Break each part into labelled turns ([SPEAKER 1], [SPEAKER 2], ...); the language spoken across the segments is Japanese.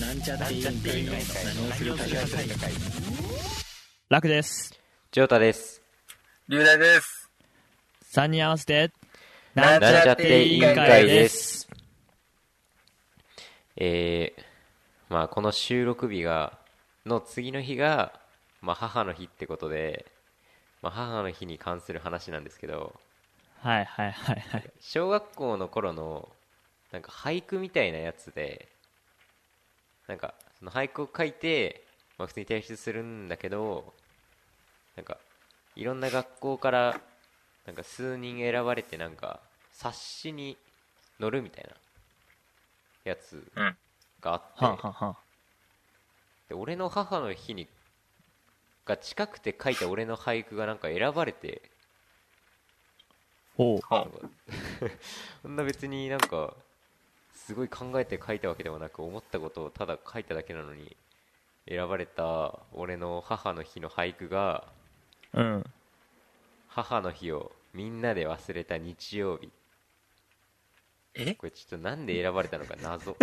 [SPEAKER 1] なんちゃって委員会の何をするか会
[SPEAKER 2] 楽です。
[SPEAKER 3] ジョータです。
[SPEAKER 4] 龍大です。
[SPEAKER 2] 3人合わせて、
[SPEAKER 4] なん
[SPEAKER 3] なんちゃっ
[SPEAKER 4] って
[SPEAKER 3] て委
[SPEAKER 4] 委員
[SPEAKER 3] 員
[SPEAKER 4] 会
[SPEAKER 3] 会
[SPEAKER 4] で
[SPEAKER 3] です。えー、まあこの収録日が、の次の日が、まあ母の日ってことで、まあ母の日に関する話なんですけど、
[SPEAKER 2] はいはいはいはい。
[SPEAKER 3] 小学校の頃の、なんか俳句みたいなやつで、なんか、その俳句を書いて、まあ普通に提出するんだけど、なんか、いろんな学校から、なんか数人選ばれて、なんか、冊子に載るみたいな、やつ
[SPEAKER 4] うん
[SPEAKER 3] があって、
[SPEAKER 2] はんはんはん。
[SPEAKER 3] で俺の母の日にが近くて書いた俺の俳句がなんか選ばれて、
[SPEAKER 2] おう。
[SPEAKER 4] ほう
[SPEAKER 3] そんな別になんかすごい考えて書いたわけでもなく思ったことをただ書いただけなのに選ばれた俺の母の日の俳句が
[SPEAKER 2] うん。
[SPEAKER 3] 母の日をみんなで忘れた日曜日
[SPEAKER 4] え
[SPEAKER 3] これちょっとなんで選ばれたのか謎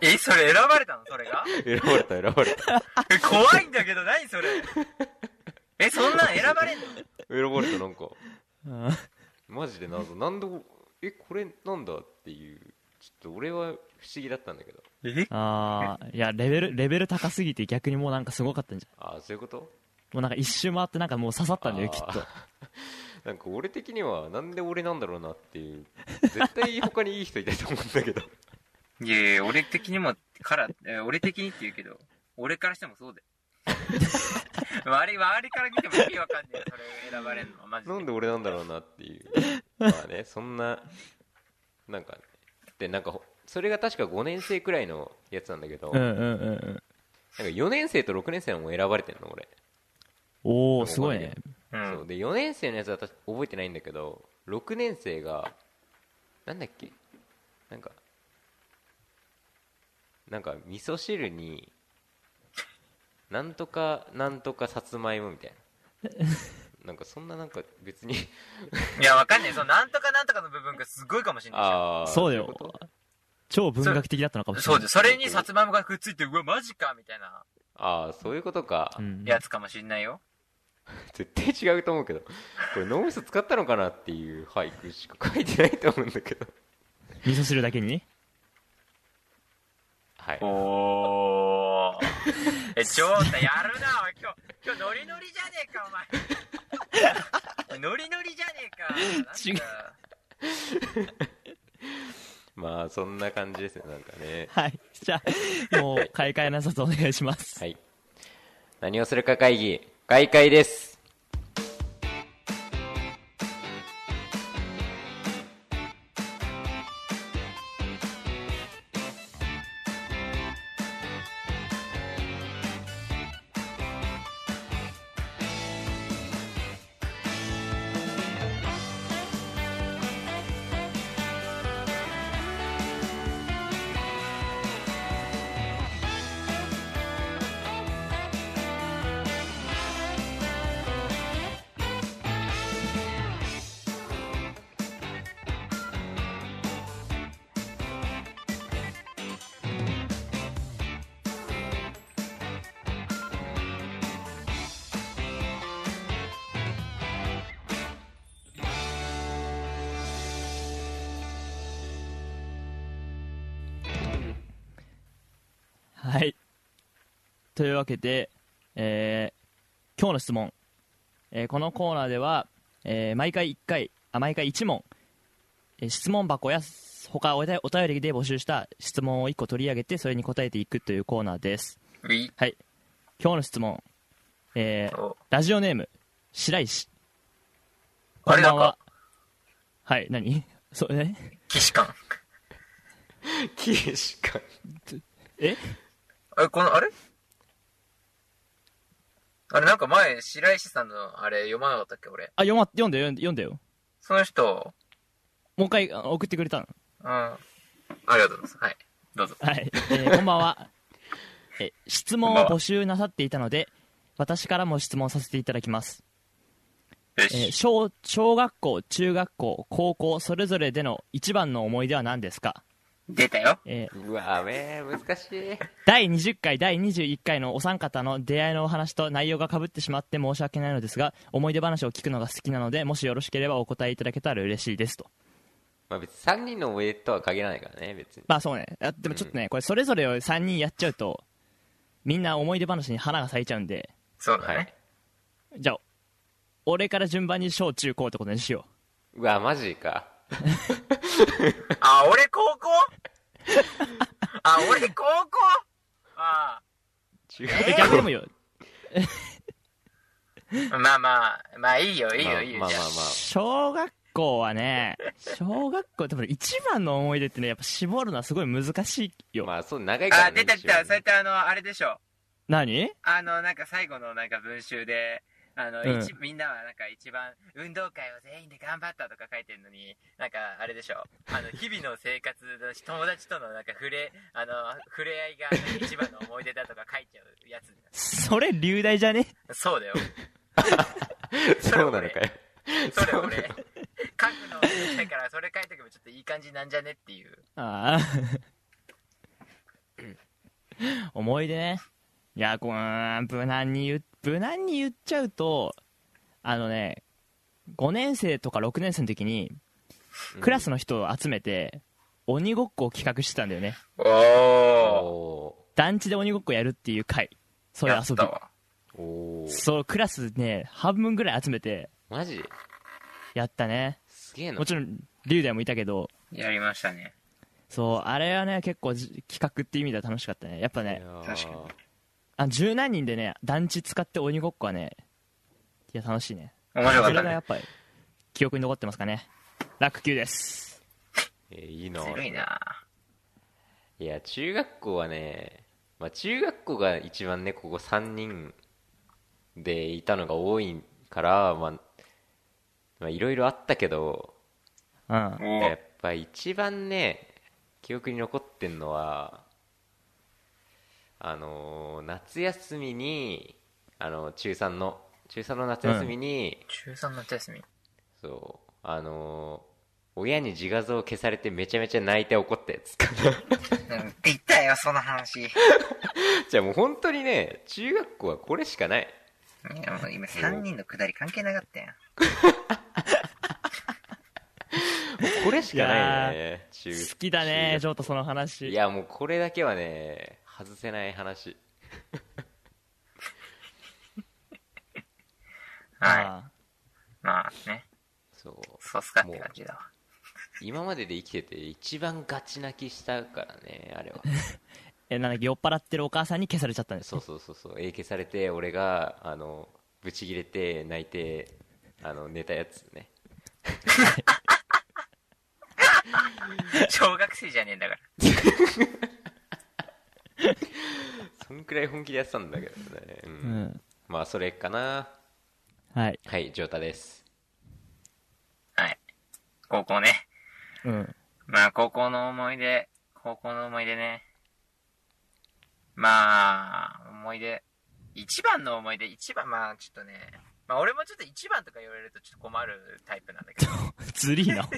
[SPEAKER 4] え、それ選ばれたのそれが
[SPEAKER 3] 選ばれた選ばれた
[SPEAKER 4] え怖いんだけど、何それ。え、そんなん選ばれんの
[SPEAKER 3] 選ばれたなんか
[SPEAKER 2] うん
[SPEAKER 3] マジで謎なんでえこれなんだっていうちょっと俺は不思議だったんだけど
[SPEAKER 4] え
[SPEAKER 2] ああ、いや、レベル、レベル高すぎて逆にもうなんかすごかったんじゃない
[SPEAKER 3] ああそういうこと
[SPEAKER 2] もうなんか一周回ってなんかもう刺さったんだよ、きっ
[SPEAKER 3] あー
[SPEAKER 2] と。
[SPEAKER 3] なんか俺的にはなんで俺なんだろうなっていう絶対他にいい人いたと思うんだけど
[SPEAKER 4] いやいや、俺的にも、から、え俺的にって言うけど、俺からしてもそうで。 周り、周りから見ても意味わかんねえよ、それ選ばれんの。マジで。
[SPEAKER 3] なんで俺なんだろうなっていうまあねそんななんかねでなんかほそれが確か5年生くらいのやつなんだけど、
[SPEAKER 2] うん
[SPEAKER 3] なんか
[SPEAKER 2] うんうんうん。
[SPEAKER 3] 4年生と6年生はもう選ばれてんの俺、
[SPEAKER 2] お
[SPEAKER 3] なん
[SPEAKER 2] お
[SPEAKER 3] か
[SPEAKER 2] すごいね。
[SPEAKER 4] う。
[SPEAKER 3] そうんで4年生のやつは私覚えてないんだけど6年生がなんだっけなんかなんか味噌汁になんとかなんとかさつまいもみたい ななんかそんななんか別に
[SPEAKER 4] いや、わかんねえ。その、なんとかなんとかの部分がすごいかもしんないじゃん
[SPEAKER 3] ああ
[SPEAKER 2] そうだよ
[SPEAKER 3] いうこと
[SPEAKER 2] 超文学的だったのかもしれ
[SPEAKER 4] そ
[SPEAKER 2] な
[SPEAKER 4] う
[SPEAKER 2] い。
[SPEAKER 4] で、それにさつまいもがくっついて、うわ、マジかみたいな
[SPEAKER 3] ああそういうことか、
[SPEAKER 2] うん。
[SPEAKER 4] やつかもしんないよ。
[SPEAKER 3] 絶対違うと思うけどこれ脳みそ使ったのかなっていう俳句しか書いてないと思うんだけど
[SPEAKER 2] 味噌汁だけに
[SPEAKER 3] はい
[SPEAKER 4] おー。 え、ジョータやるな、おい今日、今日ノリノリじゃねえか、お前。 ノリノリじゃねえか。
[SPEAKER 3] まあそんな感じですねなんかね
[SPEAKER 2] はい。じゃあ、もう、買い替えなさとお願いします。
[SPEAKER 3] はい。何をするか会議、開会 です。
[SPEAKER 2] はい。というわけで、えー今日の質問。えーこのコーナーでは、えー毎回1回、あ、毎回1問、えー質問箱や、他お便お便りで募集した質問を1個取り上げて、それに答えていくというコーナーです。
[SPEAKER 4] お前。
[SPEAKER 2] はい。今日の質問。えー
[SPEAKER 4] お
[SPEAKER 2] ラジオネーム、白石。
[SPEAKER 4] あれ
[SPEAKER 2] こ
[SPEAKER 4] なんん
[SPEAKER 2] ばは
[SPEAKER 4] か、
[SPEAKER 2] はい、何 それ、ね、
[SPEAKER 4] 騎士官。
[SPEAKER 3] 岸か。
[SPEAKER 2] え
[SPEAKER 4] え、この、あれあれ、なんか前、白石さんのあれ読まなかったっけ、俺。
[SPEAKER 2] あ、読ま、読んだよ、読んだよ。
[SPEAKER 4] その人、
[SPEAKER 2] もう一回あ送ってくれたの
[SPEAKER 4] うん。ありがとうございます。はい。どうぞ。
[SPEAKER 2] はい、えーこんばんは。え、質問を募集なさっていたので、私からも質問させていただきます。
[SPEAKER 4] よ
[SPEAKER 2] えー
[SPEAKER 4] し。
[SPEAKER 2] 小、小学校、中学校、高校、それぞれでの一番の思い出は何ですか
[SPEAKER 4] 出たよ。
[SPEAKER 2] えー
[SPEAKER 3] うわぁ、めー、難しい。
[SPEAKER 2] 第20回、第21回のお三方の出会いのお話と内容がかぶってしまって申し訳ないのですが、思い出話を聞くのが好きなので、もしよろしければお答えいただけたら嬉しいですと。
[SPEAKER 3] まあ別に3人の思い出とは限らないからね、別に。
[SPEAKER 2] まあそうね。あでもちょっとね、これそれぞれを3人やっちゃうと、みんな思い出話に花が咲いちゃうんで、
[SPEAKER 4] そうだ
[SPEAKER 3] は
[SPEAKER 4] ね
[SPEAKER 3] い。。
[SPEAKER 2] じゃあ、俺から順番に小中高ってことにしよ
[SPEAKER 3] うわぁ、マジか。
[SPEAKER 4] あ、俺高校 あ、俺高校あ
[SPEAKER 3] 中
[SPEAKER 2] う。え逆でもいいよ。
[SPEAKER 4] あ。 まあまあ、まあいいよ、いいよ、いいよ。
[SPEAKER 3] まあ
[SPEAKER 4] じ
[SPEAKER 3] ま
[SPEAKER 4] ゃ
[SPEAKER 3] あ
[SPEAKER 4] あ
[SPEAKER 3] ま
[SPEAKER 2] 小学校はね、小学校、でも一番の思い出ってね、やっぱ絞るのはすごい難しい
[SPEAKER 3] あ。
[SPEAKER 2] よ。
[SPEAKER 3] まあそう、長いから
[SPEAKER 4] あ、
[SPEAKER 3] ね。
[SPEAKER 4] 出た出
[SPEAKER 3] 一
[SPEAKER 4] た。
[SPEAKER 3] 応
[SPEAKER 4] それってあの、あれでしょ。
[SPEAKER 2] 何
[SPEAKER 4] あの、なんか最後のなんか文集で、あの、
[SPEAKER 2] うん
[SPEAKER 4] 一みんなはなんか一番運動会を全員で頑張ったとか書いてるのに、なんかあれでしょ。あの、日々の生活の友達とのなんか触れ、あの、触れ合いが一番の思い出だとか書いちゃうやつ。
[SPEAKER 2] それ、流大じゃね
[SPEAKER 4] そうだよ。それ
[SPEAKER 3] そうなのかよ。
[SPEAKER 4] それ俺、書くのをしたからそれ書いとけばちょっといい感じなんじゃねっていう。
[SPEAKER 2] ああ。思い出ね。いや、こううーん、無難に言う、無難に言っちゃうと、あのね、5年生とか6年生の時に、クラスの人を集めて、鬼ごっこを企画してたんだよね。
[SPEAKER 4] お
[SPEAKER 3] お
[SPEAKER 2] 団地で鬼ごっこやるっていう回。そういう遊び。
[SPEAKER 3] ー。おー。
[SPEAKER 2] そう、クラスね、半分ぐらい集めて、
[SPEAKER 3] マジ
[SPEAKER 2] やったね。
[SPEAKER 3] すげえな
[SPEAKER 2] も。ちろん、龍大もいたけど、
[SPEAKER 4] やりましたね。
[SPEAKER 2] そう、あれはね、結構じ企画っていう意味では楽しかったね。やっぱね、
[SPEAKER 4] 確かに
[SPEAKER 2] あ十何人でね団地使って鬼ごっこはねいや楽しいね
[SPEAKER 4] 面白
[SPEAKER 2] それがやっぱり記憶に残ってますかねラック級です
[SPEAKER 3] に。えーいいな
[SPEAKER 4] ずるいな。
[SPEAKER 3] いや、中学校はね、まあ中学校が一番ね、ここ3人でいたのが多いから、まあ、まあいろいろあったけど、
[SPEAKER 2] うん
[SPEAKER 3] やっぱ一番ね、記憶に残ってんのは、あのー夏休みに、あの、中3の、中3の夏休みに、
[SPEAKER 4] 中3の夏休 み。
[SPEAKER 3] そう、あのー親に自画像を消されてめちゃめちゃ泣いて怒ったやつかな。
[SPEAKER 4] うん、言ったよ、その話。い
[SPEAKER 3] じゃあもう本当にね、中学校はこれしかない。
[SPEAKER 4] や、もう今3人のくだり関係なかったやん。
[SPEAKER 3] これしかないよね、中
[SPEAKER 2] 好きだねジョートその
[SPEAKER 3] 中
[SPEAKER 2] 話
[SPEAKER 3] いや、もうこれだけはね、外せない話。
[SPEAKER 4] はい。
[SPEAKER 2] あ
[SPEAKER 4] まあね、
[SPEAKER 3] そう。
[SPEAKER 4] そうっすかって感じだわ。
[SPEAKER 3] 今までで生きてて一番ガチ泣きしたからね、あ れは。
[SPEAKER 2] あえなんだっけ酔っ払ってるお母さんに消されちゃったんです
[SPEAKER 3] そうそうそうそう、影響されて、俺が、あの、ブチ切れて、泣いて、あの、寝たやつね。
[SPEAKER 4] 小学生じゃねえんだから。
[SPEAKER 3] そんくらい本気でやってたんだけどね。うん。
[SPEAKER 2] うん
[SPEAKER 3] まあ、それかな。
[SPEAKER 2] はい
[SPEAKER 3] はい、ジョータです。
[SPEAKER 4] はい。高校ね。
[SPEAKER 2] うん
[SPEAKER 4] まあ、高校の思い出、高校の思い出ね。まあ、思い出。一番の思い出、一番、まあ、ちょっとね。まあ、俺もちょっと一番とか言われるとちょっと困るタイプなんだ けど。
[SPEAKER 2] ずりーな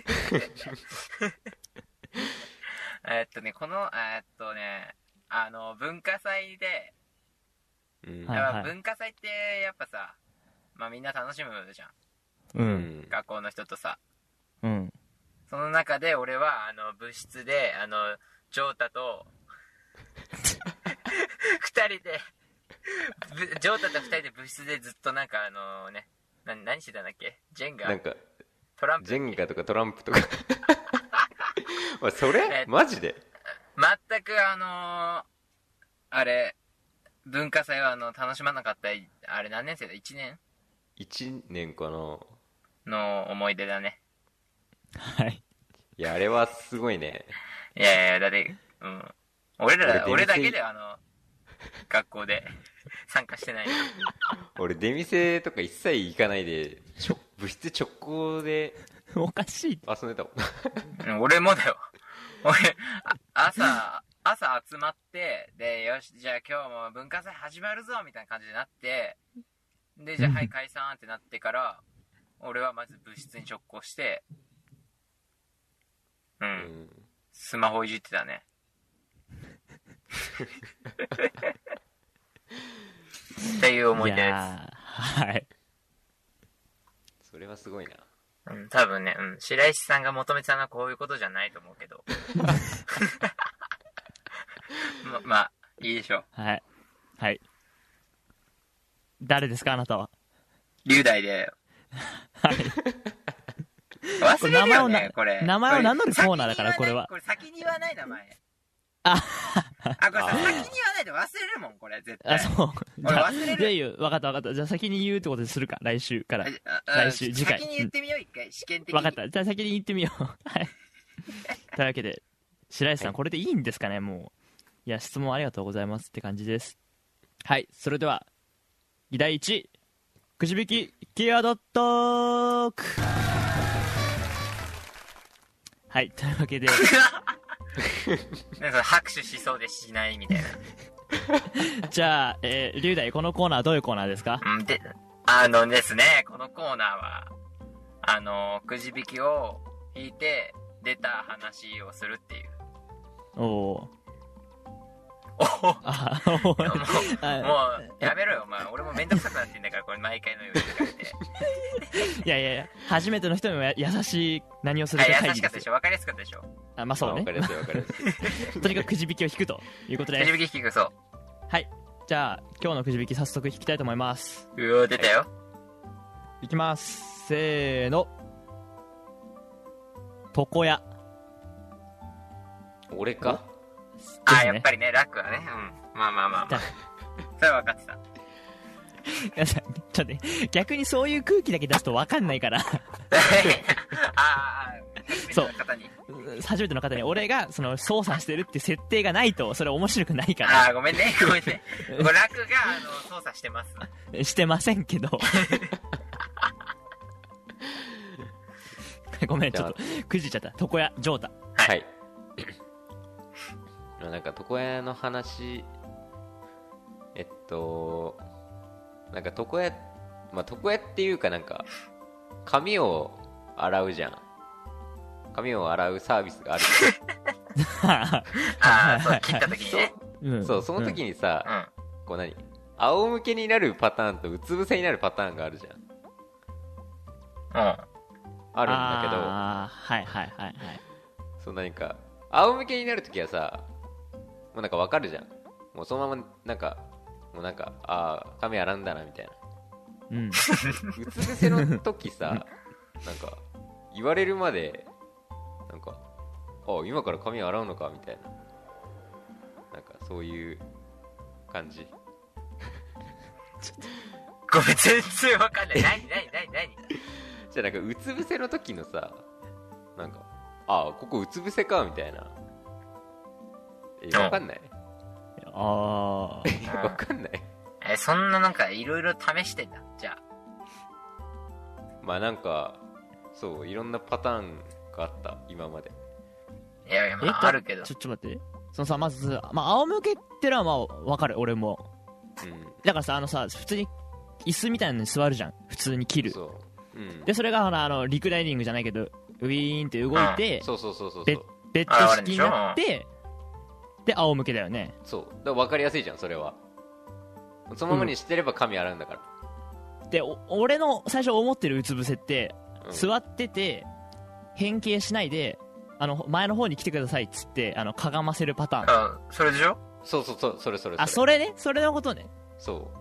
[SPEAKER 4] えっとね、この、えっとね、あの、文化祭で、
[SPEAKER 3] うん。
[SPEAKER 2] はい
[SPEAKER 4] やっぱ文化祭ってやっぱさ、まあみんな楽しむじゃん。
[SPEAKER 2] う
[SPEAKER 3] うんん。
[SPEAKER 4] 学校の人とさ。
[SPEAKER 2] うん
[SPEAKER 4] その中で俺は、あの、部室で、あの、ジョータと、 二人で、ぶジョータと二人で部室でずっとなんかあのね、な何してたんだっけジェン
[SPEAKER 3] な
[SPEAKER 4] ガ
[SPEAKER 3] んか、
[SPEAKER 4] トランプ
[SPEAKER 3] ジェンガとかトランプとか おいそれマジで
[SPEAKER 4] 全くあのーあれ、文化祭はあの、楽しまなかった、あれ何年生だ ?1 年
[SPEAKER 3] 1年かな
[SPEAKER 4] の思い出だね。
[SPEAKER 2] はい
[SPEAKER 3] いやあれはすごいね
[SPEAKER 4] いやいや、だって、うん。俺ら、俺
[SPEAKER 3] 俺出店
[SPEAKER 4] だけであの、学校で参加してない。
[SPEAKER 3] 俺出店とか一切行かないでちょ部室直行で
[SPEAKER 2] おかしい
[SPEAKER 3] 遊んでたもん
[SPEAKER 4] うん俺もだよ。俺、あ朝、朝集まって、で、よし、じゃあ今日も文化祭始まるぞみたいな感じになって、で、じゃあはい解散ってなってから、俺はまず部室に直行して、う。
[SPEAKER 3] うんん
[SPEAKER 4] スマホいじって たねっていう思い出
[SPEAKER 2] い
[SPEAKER 4] で
[SPEAKER 2] やーはい。
[SPEAKER 3] それはすごいな
[SPEAKER 4] す、うん、多分ね、うん、白石さんが求めてたのはこういうことじゃないと思うけ どままあいいでしょう
[SPEAKER 2] はい。はい。誰ですか、あなたは。
[SPEAKER 4] 龍大で
[SPEAKER 2] はい。
[SPEAKER 4] 忘れるよね
[SPEAKER 2] こ
[SPEAKER 4] こ
[SPEAKER 2] れ
[SPEAKER 4] れ
[SPEAKER 2] 名前をな名前を名乗るコーナーだから
[SPEAKER 4] 先に言わな
[SPEAKER 2] こ
[SPEAKER 4] いこれ先に言わない名前
[SPEAKER 2] あ、
[SPEAKER 4] あこれ
[SPEAKER 3] あー
[SPEAKER 4] さ先に言わないで忘れるもんこれ絶対
[SPEAKER 2] あ、そう。じ
[SPEAKER 4] 俺
[SPEAKER 2] ゃあ、
[SPEAKER 4] 忘れる
[SPEAKER 2] じゃあいいよ。わかったわかった。じゃあ先に言うってことにするか、来週から。わ
[SPEAKER 4] ああ
[SPEAKER 2] 来週次回
[SPEAKER 4] 先に言ってみよう一回試験的に
[SPEAKER 2] かった。じゃあ先に言ってみ よう。はい。というわけで、白石さん、
[SPEAKER 3] はい
[SPEAKER 2] これでいいんですかね、もう。いや、質問ありがとうございますって感じです。はい。それでは、議題1、くじ引き、キアドットークはい。というわけで、
[SPEAKER 4] なんか拍手しそうでしないみたい
[SPEAKER 2] じゃあ、えー、龍大、このコーナーはどういうコーナーですか
[SPEAKER 4] な。うん、で、あのですね、このコーナーは、あの、くじ引きを引いて出た話をするって いう。
[SPEAKER 2] おお
[SPEAKER 4] おおも
[SPEAKER 2] あおー
[SPEAKER 4] う、
[SPEAKER 2] あ
[SPEAKER 4] もうやめろよ、お前。俺もめんどくさくなってんだから、これ毎回のように言 って。
[SPEAKER 2] いやいやいや初めての人にもや優しい何をするか
[SPEAKER 4] あ
[SPEAKER 2] 会
[SPEAKER 4] 優
[SPEAKER 2] 議
[SPEAKER 4] し
[SPEAKER 2] で
[SPEAKER 4] かっ
[SPEAKER 2] す
[SPEAKER 4] たで
[SPEAKER 2] よ
[SPEAKER 4] しょ分かりやすかったでしょ
[SPEAKER 2] あまあそう
[SPEAKER 3] わ
[SPEAKER 2] ね
[SPEAKER 3] かりやすいわかりやす い
[SPEAKER 2] とにかくくじ引きを引くということ
[SPEAKER 4] くじ
[SPEAKER 2] で
[SPEAKER 4] 引き引くそう。
[SPEAKER 2] はいじゃあ今日のくじ引き早速引きたいと思います
[SPEAKER 4] うお、出たよ。
[SPEAKER 2] いきますせーの床屋
[SPEAKER 3] 俺か
[SPEAKER 2] です
[SPEAKER 4] あ、
[SPEAKER 2] ね
[SPEAKER 4] やっぱりね、楽はね。うん。まあまあまあまあ。それは分かってた。
[SPEAKER 2] いや ちょっとね逆にそういう空気だけ出すと分かんないから
[SPEAKER 4] あーあー、初めての方に。
[SPEAKER 2] 初めての方に俺がその操作してるって設定がないとそれ面白くないか
[SPEAKER 4] ああ、ごめんね、 ごめんね。娯楽が、あの、操作してます。
[SPEAKER 2] らしてませんけど ごめんちょっとくじいちゃった床屋ジョータ
[SPEAKER 4] はい
[SPEAKER 3] はいまあ なんか床屋の話えっとなんか床屋まあ床屋っていうかなんか髪を洗うじゃん髪を洗うサービスがある
[SPEAKER 4] ああ、そう、切った時にね。
[SPEAKER 2] うん
[SPEAKER 3] そうその時にさ、
[SPEAKER 4] うん。
[SPEAKER 3] こう何仰向けになるパターンとうつ伏せになるパターンがあるじゃん
[SPEAKER 4] うん。
[SPEAKER 3] あるんだ
[SPEAKER 2] あーはいはいはいはい
[SPEAKER 3] けどそう何か仰向けになるときはさもうなんかわかるじゃんもうそのままなんかもうなんかああ髪洗うんだなみたいな
[SPEAKER 2] うん
[SPEAKER 3] うつ伏せの時さなんか言われるまでなんかあ今から髪洗うのかみたいななんかそういう感じ
[SPEAKER 4] ごめん、全然わかんない。何、何、何、何
[SPEAKER 3] じゃあなんかうつ伏せの時のさなんかああここうつ伏せかみたいなえ
[SPEAKER 4] うん
[SPEAKER 3] わかんない
[SPEAKER 2] あー
[SPEAKER 4] ん
[SPEAKER 3] わかんない
[SPEAKER 4] え、そんななんか、いろいろ試してんだ。じゃ
[SPEAKER 3] まあなんかそういろんなパターンがあった今まで
[SPEAKER 4] あ。いやいや、
[SPEAKER 2] え
[SPEAKER 4] ま
[SPEAKER 2] っ
[SPEAKER 4] あ、
[SPEAKER 2] と
[SPEAKER 4] あるけど。
[SPEAKER 2] ちょちょっと待ってそのさまず、まあ、仰向けってのはまあわかる俺も
[SPEAKER 3] う
[SPEAKER 2] だからさあのさ普通に椅子みたいなのに座るじゃん普通に切
[SPEAKER 3] ん
[SPEAKER 2] る
[SPEAKER 3] そううん
[SPEAKER 2] でそれがほらあのリクライニングじゃないけどウィーンって動いて
[SPEAKER 3] そうそうそうそうそ
[SPEAKER 2] ベッ
[SPEAKER 3] う
[SPEAKER 2] ベッド式になってで仰向けだよね
[SPEAKER 3] そうだから分かりやすいじゃんそれはそのままにしてれば髪洗うんだか
[SPEAKER 2] でお俺の最初思ってるうつ伏せって
[SPEAKER 3] ら、うん
[SPEAKER 2] 座ってて変形しないであの前の方に来てくださいっつってあのかがませるパターン
[SPEAKER 4] あ、それでしょ
[SPEAKER 3] そうそうそうそれそれ
[SPEAKER 2] あそれねそれのことね
[SPEAKER 3] そ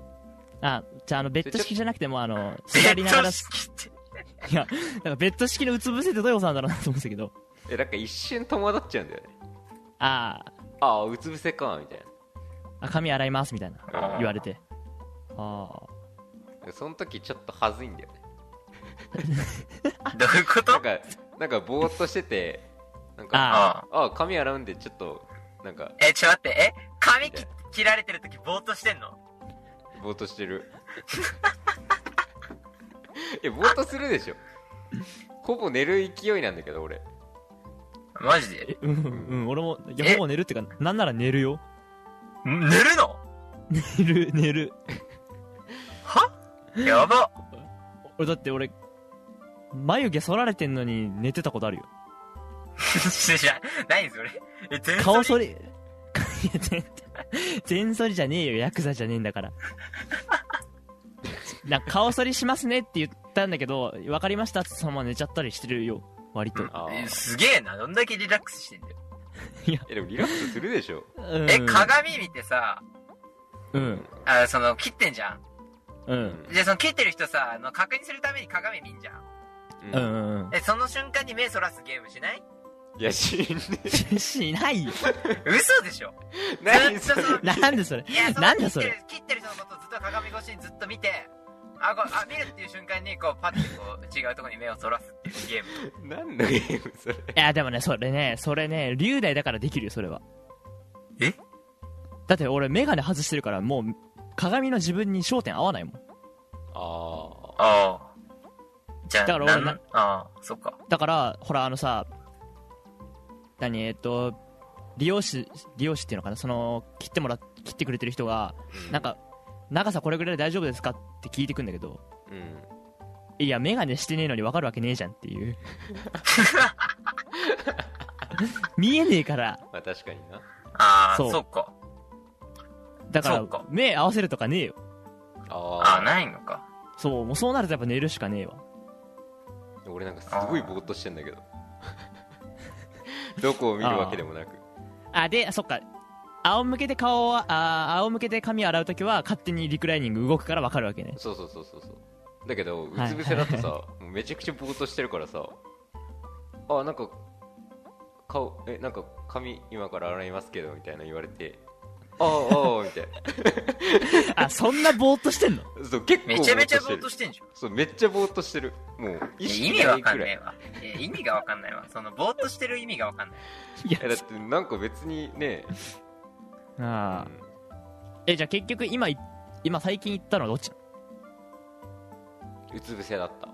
[SPEAKER 2] あじゃああのベッド式じゃなくてもあの座
[SPEAKER 4] や
[SPEAKER 2] り
[SPEAKER 4] り
[SPEAKER 2] ながらい
[SPEAKER 4] って。
[SPEAKER 2] やなんか ベッド式のうつ伏せってどういうことなんだろうなと思うんですけど
[SPEAKER 3] うえなんか一瞬戸惑っちゃうんだよね
[SPEAKER 2] あ
[SPEAKER 3] ああうつ伏せかみたい
[SPEAKER 2] ーあ髪洗いますみたいな
[SPEAKER 3] あー
[SPEAKER 2] 言われてああ
[SPEAKER 3] なその時ちょっと恥ずいんだよね
[SPEAKER 4] どういうこ
[SPEAKER 3] な
[SPEAKER 4] と
[SPEAKER 3] んかなんかぼーっとしててなんか
[SPEAKER 2] あ
[SPEAKER 4] あ
[SPEAKER 3] ああ髪洗うんでちょっとなんか
[SPEAKER 4] え、ちょ、待って、え、髪切切られてる時ぼーっとしてんの
[SPEAKER 3] ぼーっとしてるいやぼーっとするでしょほぼ寝る勢いなんだけど俺
[SPEAKER 4] マジで
[SPEAKER 2] えうんうん俺もいや
[SPEAKER 4] え
[SPEAKER 2] ほぼ寝るっていうかなんなら寝るよ
[SPEAKER 4] ん寝るの
[SPEAKER 2] 寝る寝る
[SPEAKER 4] やば。
[SPEAKER 2] 俺だって俺眉毛剃られてんのに寝てたことあるよ
[SPEAKER 4] 知らん。何それ。え、全
[SPEAKER 2] 顔
[SPEAKER 4] そ
[SPEAKER 2] 剃
[SPEAKER 4] り
[SPEAKER 2] り いや全全剃りじゃねえよヤクザじゃねえんだから なんか顔剃りしますねって言ったんだけど分かりましたってそのまま寝ちゃったりしてるよ割と、
[SPEAKER 3] あ
[SPEAKER 4] え
[SPEAKER 3] ー
[SPEAKER 4] すげえな。どんだけリラックスしてんだよ。
[SPEAKER 3] えでもリラックスするでしょ
[SPEAKER 2] うん、
[SPEAKER 4] え、鏡見てさ、
[SPEAKER 2] うん
[SPEAKER 4] あその、切ってんじゃん。
[SPEAKER 2] うん
[SPEAKER 4] で、その切ってる人さ、あの、確認するために鏡見んじゃん。
[SPEAKER 2] うんうんうん
[SPEAKER 4] え、その瞬間に目そらすゲームしない
[SPEAKER 3] いやしんどい
[SPEAKER 2] しないよ
[SPEAKER 4] 嘘でしょ
[SPEAKER 3] 何
[SPEAKER 4] ずっ
[SPEAKER 3] そ
[SPEAKER 4] と
[SPEAKER 3] れ
[SPEAKER 4] その
[SPEAKER 2] なんでそれ
[SPEAKER 4] いや、その
[SPEAKER 2] なんだそれ
[SPEAKER 4] 切ってる切ってる人のことをずっと鏡越しにずっと見て、あ、こう、あ、見るっていう瞬間に、こう、パッてこう、違うとこに目をそらすっていうゲーム。
[SPEAKER 3] 何のゲームそれ
[SPEAKER 2] いやでもねそれねそれね龍大だからできるよそれは
[SPEAKER 4] え
[SPEAKER 2] だって俺眼鏡外してるからもう鏡の自分に焦点合わないもん
[SPEAKER 3] ああ
[SPEAKER 4] ああ。じゃあ、
[SPEAKER 2] だから俺な
[SPEAKER 4] なんああ、そっか。
[SPEAKER 2] だからほらあのさ何えっと利用師利用師っていうのかなその切ってもら切ってくれてる人がなんか長さこれぐらいで大丈夫ですかって聞いてくんだけど
[SPEAKER 3] うん
[SPEAKER 2] いや眼鏡してねえのに分かるわけねえじゃんっていう 見えねえから
[SPEAKER 3] まあ確かにな
[SPEAKER 4] ああ、
[SPEAKER 2] そう
[SPEAKER 4] そっか。
[SPEAKER 2] だか
[SPEAKER 4] そう
[SPEAKER 2] ら
[SPEAKER 4] か
[SPEAKER 2] 目合わせるとかねえよ
[SPEAKER 4] ああ、
[SPEAKER 3] ああ
[SPEAKER 4] ないのか。
[SPEAKER 2] そうもうそうなるとやっぱ寝るしかねえわ
[SPEAKER 3] 俺なんかすごいぼーっとしてんだけどどこを見るわけでもなく
[SPEAKER 2] あでそっか仰向けで顔はあー仰向けで髪洗うときは勝手にリクライニング動くから分かるわけね
[SPEAKER 3] そうそうそうそうそうだけどう
[SPEAKER 2] はい
[SPEAKER 3] つ伏せだとさ、もうめちゃくちゃぼーっとしてるからさあなんか顔えなんか髪今から洗いますけどみたいな言われてああああみたい
[SPEAKER 2] あそんなぼーっとしてんの
[SPEAKER 3] なそう結構
[SPEAKER 4] めちゃめちゃぼーっ
[SPEAKER 3] と
[SPEAKER 4] と
[SPEAKER 3] してる
[SPEAKER 4] してんじゃん。
[SPEAKER 3] そうめっちゃぼーっとしてるもう意
[SPEAKER 4] いや意
[SPEAKER 3] 識
[SPEAKER 4] 味
[SPEAKER 3] な
[SPEAKER 4] わ
[SPEAKER 3] い
[SPEAKER 4] か
[SPEAKER 3] く
[SPEAKER 4] ん
[SPEAKER 3] ら
[SPEAKER 4] ないいわ。いや意味がわかんないわ。その、ぼーっとしてる意味がわかんない。
[SPEAKER 2] いや
[SPEAKER 3] えだってなんか別にね、う
[SPEAKER 2] ああ
[SPEAKER 3] ん
[SPEAKER 2] えじゃあ結局今い今最近行ったのはどっち
[SPEAKER 3] うつ伏せだった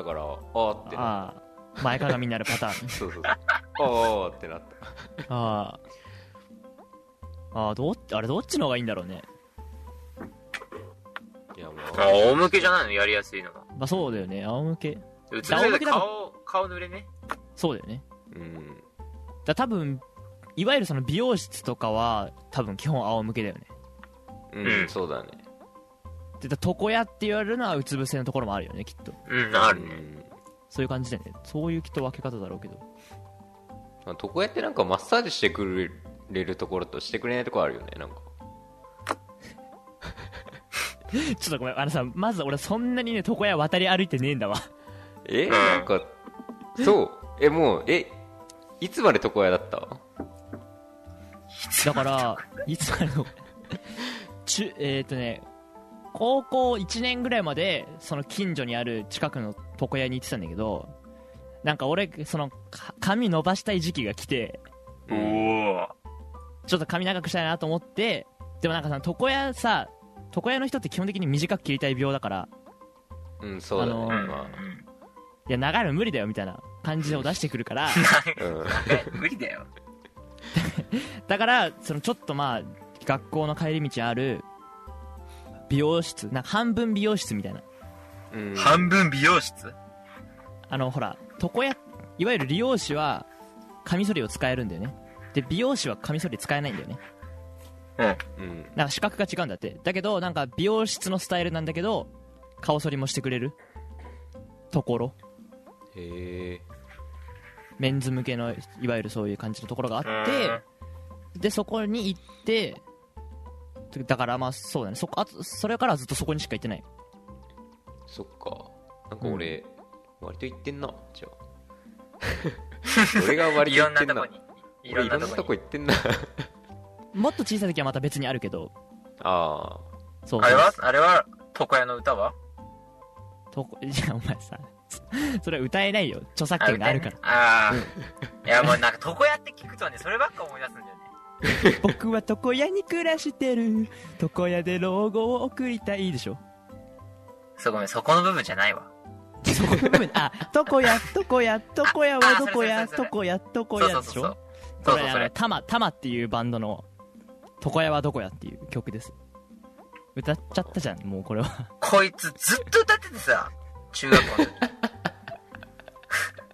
[SPEAKER 3] だからああってな
[SPEAKER 2] ああ前かがみになるパターン
[SPEAKER 3] そうそうそうああってなった
[SPEAKER 2] ああああどっあれどっちの方がいいんだろうね
[SPEAKER 3] いやもう
[SPEAKER 4] 仰向けじゃないのやりやすいのが。
[SPEAKER 2] まあそうだよね仰向け
[SPEAKER 4] うつ
[SPEAKER 2] つ伏せで
[SPEAKER 4] 顔、顔濡れね。
[SPEAKER 2] そうだよね
[SPEAKER 3] うん
[SPEAKER 2] だ多分いわゆるその美容室とかは多分基本仰向けだよね
[SPEAKER 3] う
[SPEAKER 4] うんん
[SPEAKER 3] そうだね
[SPEAKER 2] で床屋って言われるのはうつ伏せのところもあるよねきっと
[SPEAKER 4] うん、ある
[SPEAKER 3] う
[SPEAKER 4] ね。
[SPEAKER 3] ん
[SPEAKER 2] そういう感じだよねそういうきっと分け方だろうけど
[SPEAKER 3] まあ床屋ってなんかマッサージしてくれるところとしてくれないところあるよねなんか
[SPEAKER 2] ちょっとごめんあのさまず俺そんなにね床屋渡り歩いてねえんだわ
[SPEAKER 3] えなんかそうえもうえいつまで床屋だった
[SPEAKER 2] だからいつかの中えっ、とね高校1年ぐらいまでその近所にある近くの床屋に行ってたんだけどなんか俺そのか髪伸ばしたい時期が来て
[SPEAKER 3] うん
[SPEAKER 4] お
[SPEAKER 2] ちょっと髪長くしたいなと思ってでもなんかさ床屋さ床屋の人って基本的に短く切りたい病だから
[SPEAKER 3] うんそうだね
[SPEAKER 2] あの
[SPEAKER 4] ー。うん。
[SPEAKER 3] ま
[SPEAKER 2] いや長いの無理だよみたいな感じを出してくるから
[SPEAKER 3] あうん
[SPEAKER 4] え無理だよ。
[SPEAKER 2] だからそのちょっとまあ学校の帰り道にある美容室なんか半分美容室みたいな
[SPEAKER 3] うん
[SPEAKER 4] 半分美容室
[SPEAKER 2] あのほら床屋いわゆる理容師はカミソリを使えるんだよねで美容師はカミソリ使えないんだよね
[SPEAKER 4] うん。
[SPEAKER 3] うん
[SPEAKER 2] なんか資格が違うんだってだけどなんか美容室のスタイルなんだけど顔剃りもしてくれるところ
[SPEAKER 3] へえ
[SPEAKER 2] メンズ向けのいわゆるそういう感じのところがあってでそこに行ってだからまあそうだねそこあとそれからはずっとそこにしか行ってない
[SPEAKER 3] そっかなんか俺割と行ってんなじゃあ 俺が割
[SPEAKER 4] い
[SPEAKER 3] と
[SPEAKER 4] ろ
[SPEAKER 3] 行
[SPEAKER 4] ん
[SPEAKER 3] って
[SPEAKER 4] なんと
[SPEAKER 3] な
[SPEAKER 4] こに。い
[SPEAKER 3] 俺
[SPEAKER 4] ろ
[SPEAKER 3] い
[SPEAKER 4] ん
[SPEAKER 3] ろん
[SPEAKER 4] な
[SPEAKER 3] なと
[SPEAKER 4] と
[SPEAKER 3] こ
[SPEAKER 4] こに。
[SPEAKER 3] 行ってんな
[SPEAKER 2] もっと小さい時はまた別にあるけど
[SPEAKER 3] ああ
[SPEAKER 2] そう
[SPEAKER 4] あれはあれは床屋の歌は
[SPEAKER 2] とこいやお前さそれは歌えないよ著作権があるから
[SPEAKER 4] ああ。いや、もうなんか床屋って聞くとね、そればっか思い出すんだよね。
[SPEAKER 2] 僕は床屋に暮らしてる床屋で老後を送りたいでしょ
[SPEAKER 4] そう、ごめん、そこの部分じゃないわ。
[SPEAKER 2] そこごめん あ床屋床屋床屋は
[SPEAKER 4] ああそれ
[SPEAKER 2] 床屋
[SPEAKER 4] それそれ
[SPEAKER 2] 床屋
[SPEAKER 4] そ
[SPEAKER 2] 床
[SPEAKER 4] う
[SPEAKER 2] 屋
[SPEAKER 4] そう
[SPEAKER 2] で
[SPEAKER 4] そう
[SPEAKER 2] しょ
[SPEAKER 4] そう。そう
[SPEAKER 2] こ
[SPEAKER 4] そう
[SPEAKER 2] れ
[SPEAKER 4] そ
[SPEAKER 2] あの
[SPEAKER 4] れ。
[SPEAKER 2] タマタマっていうバンドの「床屋はどこや」っていう曲です歌っちゃったじゃんもうこれは
[SPEAKER 4] こいつずっと歌っててさ、中学校の時。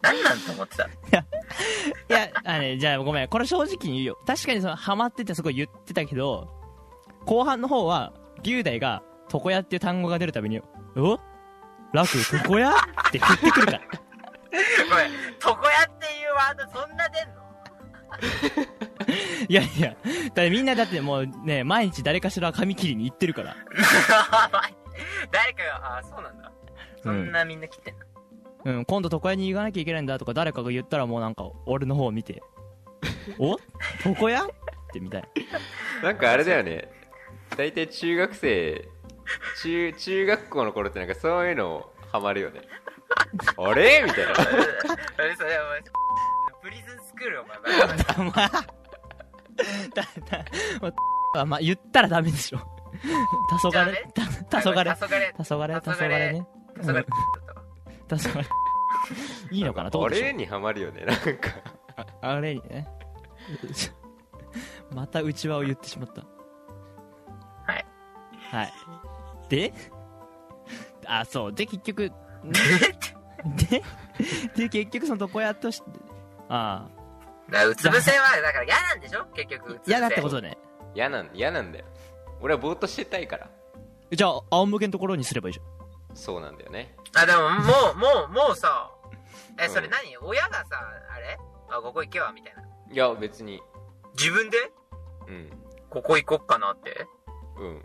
[SPEAKER 4] 何なんと思ってた。
[SPEAKER 2] い あね、じゃあごめん、これ正直に言うよ。確かにその、ハマっててすごい言ってたけど、後半の方は、龍大が、床屋っていう単語が出るたびに、お楽、床屋って振ってくるから。
[SPEAKER 4] これ床屋っていうワードそんな出んの
[SPEAKER 2] いやいや、だってみんなだってもうね、毎日誰かしら髪切りに行ってるから。
[SPEAKER 4] 誰かがあそうなんだそんなみんな切ってんの、
[SPEAKER 2] うん、今度床屋に行かなきゃいけないんだとか誰かが言ったらもうなんか、俺の方を見て、お床屋ってみたいな。
[SPEAKER 3] なんかあれだよね大体中学生中中学校の頃ってなんかそういうのハマるよねあれみたいな
[SPEAKER 4] それそれお前プリズンスクールお前バカだ
[SPEAKER 2] まあ、だ、だ、もうはまあ、言ったらダメでしょ。黄昏れ、た、黄昏れ、
[SPEAKER 4] 黄昏
[SPEAKER 2] 黄昏れ、黄昏れね。
[SPEAKER 4] 黄昏れ
[SPEAKER 2] 黄昏れ。いいのかな、ど
[SPEAKER 3] あ
[SPEAKER 2] うでしょ
[SPEAKER 3] れ
[SPEAKER 2] う。
[SPEAKER 3] にハマるよねなんか
[SPEAKER 2] あれにね。 また内輪を言ってしまった。
[SPEAKER 4] はい。
[SPEAKER 2] はい。であ、そう。で、結局、 で、で、結局その床屋として、ああ、
[SPEAKER 4] だからうつ伏せはだから嫌なんでしょ結局うつ伏せ
[SPEAKER 2] 嫌だってことね。
[SPEAKER 3] 嫌なん嫌なんだよ俺はぼーっとしてたいから
[SPEAKER 2] じゃあ、仰向けのところにすればいいじゃん。
[SPEAKER 3] そうなんだよね
[SPEAKER 4] あでももうもうもうさえそれ何親がさあれあここ行けわみたいない
[SPEAKER 3] や別に
[SPEAKER 4] 自分で
[SPEAKER 3] うん
[SPEAKER 4] ここ行こっかなって
[SPEAKER 3] うん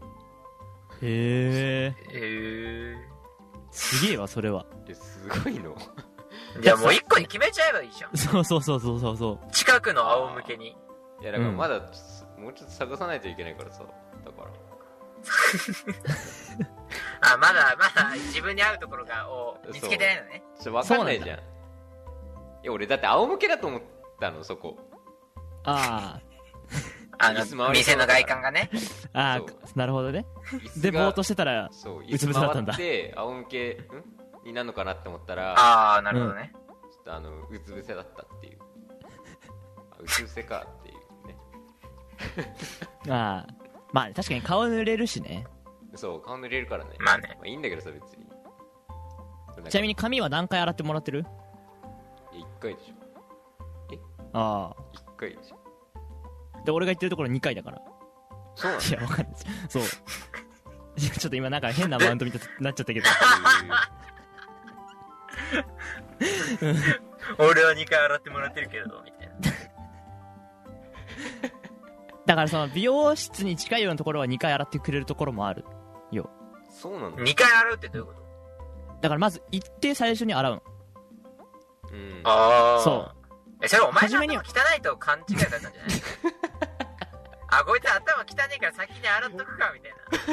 [SPEAKER 2] へえ。
[SPEAKER 4] へ
[SPEAKER 2] すげえわ、それは。
[SPEAKER 3] えすごいの
[SPEAKER 4] えじゃあもう一個に決めちゃえばいいじゃん
[SPEAKER 2] そうそうそうそうそうそう。
[SPEAKER 4] 近くの仰向けに
[SPEAKER 3] いやだから
[SPEAKER 2] うん
[SPEAKER 3] まだちょっと、もうちょっと探さないといけないからさだから
[SPEAKER 4] あまだまだ自分に合うところがを見つけてないのね
[SPEAKER 3] ちょっとわかんない
[SPEAKER 2] そうなんだ
[SPEAKER 3] じゃんいや俺だって仰向けだと思ったのそこ
[SPEAKER 2] あ
[SPEAKER 4] あ
[SPEAKER 3] 椅子回
[SPEAKER 4] の
[SPEAKER 3] り
[SPEAKER 4] 店の外観がね
[SPEAKER 2] あ、ああ
[SPEAKER 3] そう、
[SPEAKER 2] なるほどね。
[SPEAKER 3] 椅
[SPEAKER 2] で、ぼ
[SPEAKER 3] 子が
[SPEAKER 2] ーっとしてたら、
[SPEAKER 3] そう
[SPEAKER 2] う
[SPEAKER 3] 椅
[SPEAKER 2] つ
[SPEAKER 3] 子
[SPEAKER 2] 伏せだった
[SPEAKER 3] 回
[SPEAKER 2] んだ
[SPEAKER 3] って仰向けんになるのかなって思ったら
[SPEAKER 4] ああなるほどね、
[SPEAKER 3] ちょっとあのうつ伏せだったっていうあうつ伏せかっていうね
[SPEAKER 2] ああ、まあ確かに顔濡れるしね。
[SPEAKER 3] そう顔濡れるからね
[SPEAKER 4] まあね
[SPEAKER 3] まあ、いいんだけどさ別に
[SPEAKER 2] ちなみ
[SPEAKER 3] に
[SPEAKER 2] に髪は何回洗ってもらってる
[SPEAKER 3] 1回でしょ
[SPEAKER 2] あ
[SPEAKER 3] 1 回でしょ
[SPEAKER 2] あ。で、俺が言ってるところ2回だから。
[SPEAKER 3] そうなんだ
[SPEAKER 2] いや、わかんないです。そう。 いやちょっと今なんか変なマウントみたい になっちゃったけど。
[SPEAKER 4] 俺は2回洗ってもらってるけれどみたいな
[SPEAKER 2] だからその美容室に近いようなところは2回洗ってくれるところもある。
[SPEAKER 3] そうなんだ
[SPEAKER 4] 2回洗うってどういうこと
[SPEAKER 2] だからまず行って最初に洗うの。
[SPEAKER 3] うん
[SPEAKER 4] あ
[SPEAKER 2] ーそう
[SPEAKER 4] えそれお前
[SPEAKER 2] 初
[SPEAKER 4] の
[SPEAKER 2] めに
[SPEAKER 4] 頭汚いと勘違いだったん じゃないあこいつ頭汚いから先に洗っとくか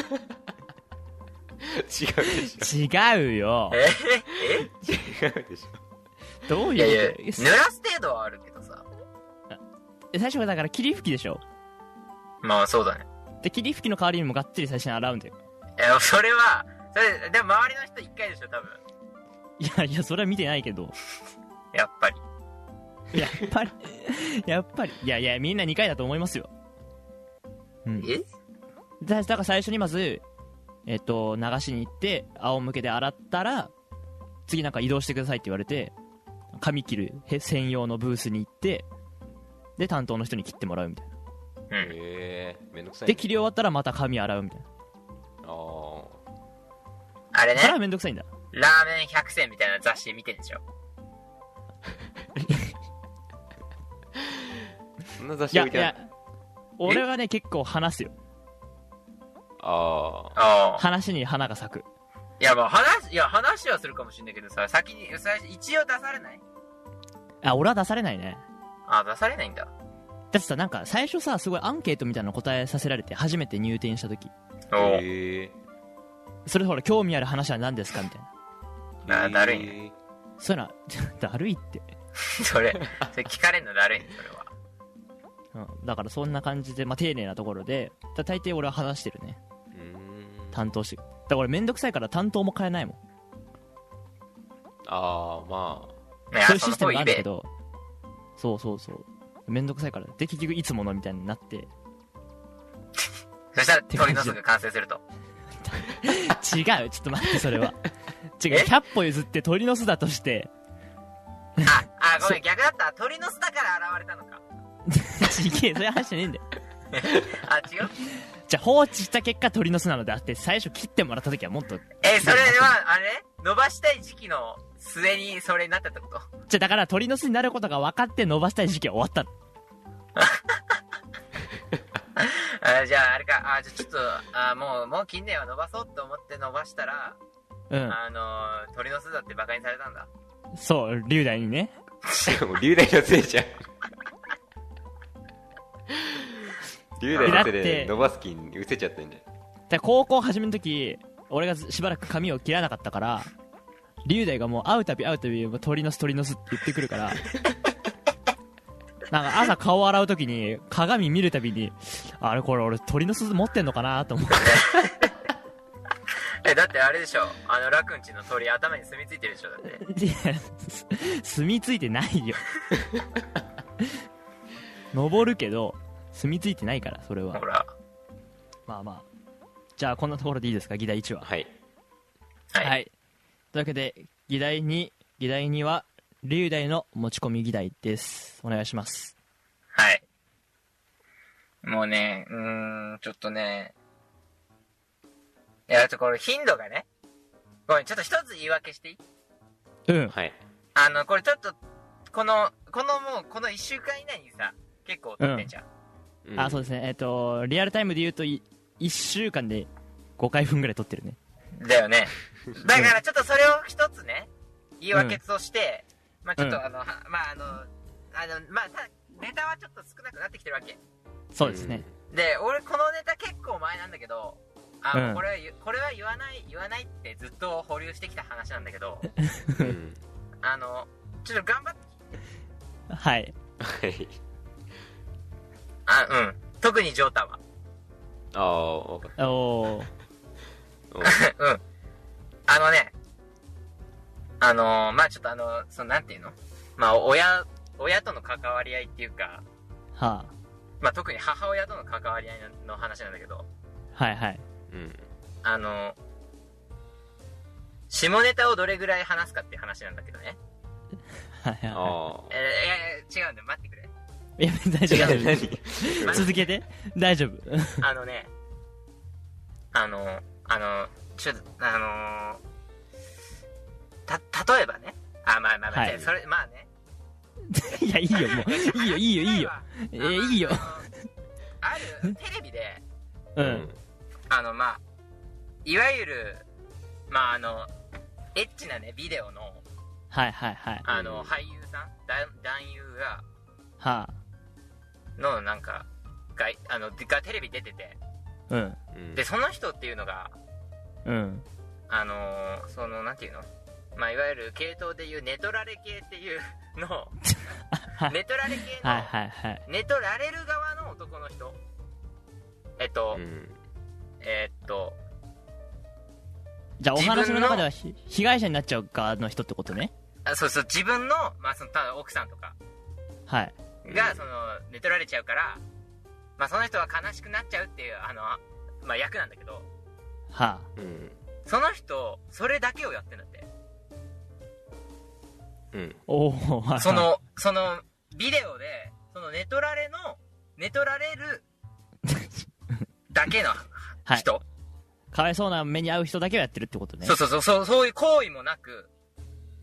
[SPEAKER 4] みたいな
[SPEAKER 3] 違うでしょ
[SPEAKER 2] 違うよ。
[SPEAKER 4] ええ
[SPEAKER 3] 違う でし
[SPEAKER 2] どう
[SPEAKER 4] いやいや
[SPEAKER 2] いうこと
[SPEAKER 4] 濡らす程度はあるけどさ
[SPEAKER 2] え最初はだから霧吹きでしょ。
[SPEAKER 4] まあそうだね
[SPEAKER 2] で、霧吹きの代わりにもがっつり最初に洗うんだよ。
[SPEAKER 4] えそれはそれでも周りの人1回でしょ多分
[SPEAKER 2] いやいや、それは見てないけど。
[SPEAKER 4] やっぱり
[SPEAKER 2] やっぱり、やっぱり、いやいや、みんな2回だと思いますよ。うん。
[SPEAKER 4] え
[SPEAKER 2] だだから最初にまず、えっと、流しに行って、仰向けで洗ったら、次なんか移動してくださいって言われて、髪切るへ専用のブースに行って、で、担当の人に切ってもらうみたいな。
[SPEAKER 4] う
[SPEAKER 3] ょ
[SPEAKER 4] ん
[SPEAKER 3] へえめんどくさいね
[SPEAKER 2] で、切り終わったらまた髪洗うみたいな。
[SPEAKER 3] あー
[SPEAKER 4] あれね
[SPEAKER 2] それはめんどくさいんだ。
[SPEAKER 4] ラーメン100選みたいな雑誌見てんでしょ
[SPEAKER 3] そんな雑
[SPEAKER 2] い
[SPEAKER 3] 誌
[SPEAKER 2] や、い
[SPEAKER 3] 置いてあ
[SPEAKER 2] や
[SPEAKER 3] る、
[SPEAKER 2] 俺はね、結構話すよ。
[SPEAKER 3] ああ
[SPEAKER 4] ああ
[SPEAKER 2] 話に花が咲く。
[SPEAKER 4] いやまあ話いや話はするかもしれないけどさ先に最初一応出されない
[SPEAKER 2] あ、俺は出されないね。
[SPEAKER 4] あ出されないんだ
[SPEAKER 2] だってさ、なんか最初さ、すごいアンケートみたいなの答えさせられて、初めて入店した時。
[SPEAKER 4] おお、
[SPEAKER 3] へえ
[SPEAKER 2] それでほら、興味ある話は何ですかみたいな。
[SPEAKER 4] あだるい
[SPEAKER 3] ね
[SPEAKER 2] そういうのは、 だるいって。
[SPEAKER 4] それそれ聞かれんのだるいねそれは
[SPEAKER 2] うん、だからそんな感じで、まあ、丁寧なところで、だ大抵俺は話してるね。
[SPEAKER 3] うーん
[SPEAKER 2] 担当して。だから俺めんどくさいから担当も変えないもん。
[SPEAKER 3] ああま
[SPEAKER 4] ね
[SPEAKER 2] そういうシステムがあるんだけ
[SPEAKER 4] ど
[SPEAKER 2] ど、そうそうそう。めんどくさいから。で、結局いつものみたいになって、
[SPEAKER 4] そしたら鳥の巣が完 成すると
[SPEAKER 2] 違うちょっと待って、そ れは。違う、
[SPEAKER 4] え
[SPEAKER 2] 100歩譲って鳥の巣だとして、
[SPEAKER 4] ああごめ
[SPEAKER 2] そ
[SPEAKER 4] ん逆だった鳥の巣だから現れたのか
[SPEAKER 2] ちげえそういう話じゃねえんだよ
[SPEAKER 4] あ違う
[SPEAKER 2] じゃあ放置した結果鳥の巣なのであって最初切ってもらった時はもっと
[SPEAKER 4] えそれはあれ伸ばしたい時期の末にそれになったってこと
[SPEAKER 2] じゃあだから鳥の巣になることが分かって伸ばしたい時期は終わったの
[SPEAKER 4] あじゃああれかあじゃあちょっとあもうもう近年は伸ばそうと思って伸ばしたら、
[SPEAKER 2] うん
[SPEAKER 4] あのー鳥の巣だってバカにされたんだ
[SPEAKER 2] そう龍大にね
[SPEAKER 3] もう龍大のせいじゃん龍大のせい
[SPEAKER 2] だって
[SPEAKER 3] で伸ばす気にうせちゃってんじゃ
[SPEAKER 2] だ
[SPEAKER 3] ん
[SPEAKER 2] から高校始めの時俺がずしばらく髪を切らなかったから龍大がもう会うたび会うたびもう鳥の巣鳥の巣って言ってくるからなんか朝顔を洗う時に鏡見るたびにあれこれ俺鳥の巣持ってんのかなと思って
[SPEAKER 4] えだってあれでしょあの楽んちの鳥頭に住み着いてるでしょだって
[SPEAKER 2] いやす住み着いてないよ登るけど住み着いてないからそれは
[SPEAKER 4] ほら
[SPEAKER 2] まあまあじゃあこんなところでいいですか議題1は
[SPEAKER 3] はい
[SPEAKER 4] はい、
[SPEAKER 2] というわけで議題2議題2は龍大の持ち込み議題ですお願いします
[SPEAKER 4] はい。もうね、うーん、ちょっとね。いや、ちょっとこれ頻度がね。ごめん、ちょっと一つ言い訳していい
[SPEAKER 2] うん
[SPEAKER 3] はい
[SPEAKER 4] あの、これちょっと、この、このもう、この一週間以内にさ、結構撮ってんじゃん。
[SPEAKER 3] うん
[SPEAKER 2] あそうですねえっ、とリアルタイムで言うと1週間で5回分ぐらい撮ってるね
[SPEAKER 4] だよね。だからちょっとそれを一つね、言い訳として、まあちょっと
[SPEAKER 2] うん
[SPEAKER 4] あの、はまああの、あの、まあた、ネタはちょっと少なくなってきてるわけ。
[SPEAKER 2] そうですね、
[SPEAKER 4] で、俺このネタ結構前なんだけど、あ、
[SPEAKER 2] うん
[SPEAKER 4] これは言う、これは言わない、言わないってずっと保留してきた話なんだ けど、
[SPEAKER 3] うんうん
[SPEAKER 4] あの、ちょっと頑張って、
[SPEAKER 2] はい
[SPEAKER 3] はい
[SPEAKER 4] あ、うん。特にジョータは。
[SPEAKER 3] ああ分か
[SPEAKER 2] お
[SPEAKER 3] っ
[SPEAKER 2] おー
[SPEAKER 3] たうん
[SPEAKER 4] うん。あのね、あのーまあちょっとあの、その、なんていうのまあ親、親との関わり合いっていうか、
[SPEAKER 2] はあ
[SPEAKER 4] まあ特に母親との関わり合いのの話なんだけど、
[SPEAKER 2] はいはい
[SPEAKER 3] うん
[SPEAKER 4] あの下ネタをどれぐらい話すかっていう話なんだけどね。
[SPEAKER 2] はいはいは
[SPEAKER 3] あ
[SPEAKER 4] えー、いやいや違うんだよ、待ってくれ。
[SPEAKER 2] いいや大丈
[SPEAKER 3] あ
[SPEAKER 2] 夫
[SPEAKER 3] 違
[SPEAKER 2] 大
[SPEAKER 3] う
[SPEAKER 2] 丈夫
[SPEAKER 3] 何
[SPEAKER 2] 続けて大丈夫
[SPEAKER 4] あのね、あのあのちょっと、あのた、例えばね、あ、まあまあまあ、
[SPEAKER 2] はい
[SPEAKER 4] それ、まあね。
[SPEAKER 2] いや、いいよ、もう。いいよ、いいよ、いいよ。え
[SPEAKER 4] 例えば。
[SPEAKER 2] ーいいよ
[SPEAKER 4] あ。のある、テレビで、
[SPEAKER 2] う。
[SPEAKER 3] うんん
[SPEAKER 4] あの、まあ、いわゆる、まあ、あの、エッチなね、ビデオの、
[SPEAKER 2] はいはいはい。
[SPEAKER 4] あの、
[SPEAKER 3] うん
[SPEAKER 4] 俳優さん、男男優が、
[SPEAKER 2] は
[SPEAKER 4] の、なんか、が、あの、がテレビ出てて、
[SPEAKER 2] あ。うん。
[SPEAKER 3] うん
[SPEAKER 4] で、その人っていうのが、
[SPEAKER 2] うん。
[SPEAKER 4] あのーその、なんていうのまあ、いわゆる系統でいうネトラレ系っていう のネトラレ系の、
[SPEAKER 2] はいはいはい。
[SPEAKER 4] ネトラレる側の男の人。えっと、
[SPEAKER 3] うん
[SPEAKER 4] えーっと、
[SPEAKER 2] じゃあお話の
[SPEAKER 4] 自分の
[SPEAKER 2] 中ではひ被害者になっちゃう側の人ってことね。
[SPEAKER 4] あそうそう、自分の、まあ、その、ただ奥さんとか
[SPEAKER 2] はい。
[SPEAKER 4] が、
[SPEAKER 3] うん
[SPEAKER 4] その、寝取られちゃうから、まあ、その人は悲しくなっちゃうっていう、あの、まあ、役なんだけど、
[SPEAKER 2] は
[SPEAKER 3] うん
[SPEAKER 4] その人、それだけをやってんだって。
[SPEAKER 3] うん
[SPEAKER 2] あ。おお。はいはい
[SPEAKER 4] そ。の、その、ビデオで、その、寝取られの、寝取られ る、だけの
[SPEAKER 2] はい。
[SPEAKER 4] 人、
[SPEAKER 2] かわいそうな目に遭う人だけをやってるってことね
[SPEAKER 4] そう。そうそうそうそういう行為もなく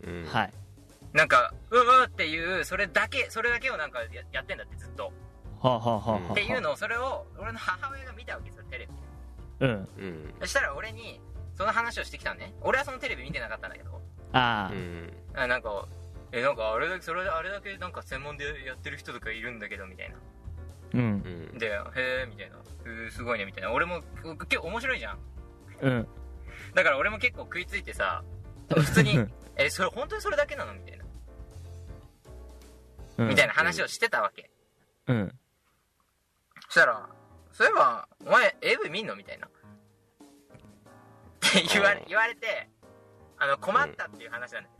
[SPEAKER 3] うん
[SPEAKER 2] はい。
[SPEAKER 4] なんかうわっていうそれだけそれだけをなんかややってんだってずっと
[SPEAKER 2] はあはあはあはあ。
[SPEAKER 4] っていうのをそれを俺の母親が見たわけですよテレビ
[SPEAKER 2] うん。
[SPEAKER 3] うん
[SPEAKER 4] そしたら俺にその話をしてきたのね俺はそのテレビ見てなかったんだけど
[SPEAKER 2] あ
[SPEAKER 3] うん
[SPEAKER 4] あなんかえなんかあれだけそれあれだけなんか専門でやってる人とかいるんだけどみたいな
[SPEAKER 2] あ。うん
[SPEAKER 3] う。ん
[SPEAKER 4] でへえみたいなへえすごいねみたいな俺も結構面白いじゃん
[SPEAKER 2] うん。
[SPEAKER 4] だから俺も結構食いついてさ普通にえそれ本当にそれだけなのみたいな、
[SPEAKER 2] うん。
[SPEAKER 4] みたいな話をしてたわけ
[SPEAKER 2] うん。
[SPEAKER 4] そしたら、そういえば、お前、AV 見んのみたいな。って言われ
[SPEAKER 3] うん
[SPEAKER 4] 言われて、あの、困ったっていう話なんだけ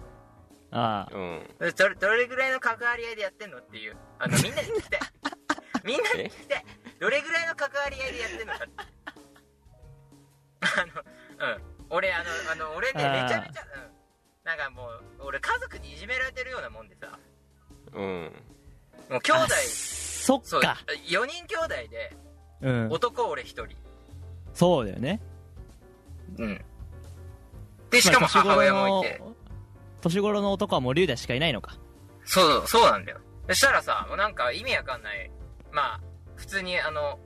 [SPEAKER 2] あ
[SPEAKER 3] うん
[SPEAKER 4] どどれ、どれぐらいの関わり合いでやってんのっていう、あの、みんなに聞きたい。みんなに聞きたい。どれぐらいの関わり合いでやってんのかって。あの、うん。俺、あの、あの俺ね、
[SPEAKER 2] あー
[SPEAKER 4] めちゃめちゃ、うん。なんかもう、俺、家族にいじめられてるようなもんでさ、
[SPEAKER 3] ううん
[SPEAKER 4] もう兄弟
[SPEAKER 2] あそ
[SPEAKER 4] そ
[SPEAKER 2] っ
[SPEAKER 4] う
[SPEAKER 2] か
[SPEAKER 4] 4人兄弟で
[SPEAKER 2] うん
[SPEAKER 4] 男俺1人
[SPEAKER 2] そうだよね
[SPEAKER 4] うんでしかも母親もいて
[SPEAKER 2] まあ年頃の年頃の男はもう龍大しかいないのか
[SPEAKER 4] そうそうなんだよそしたらさもうなんか意味わかんないまあ普通にあの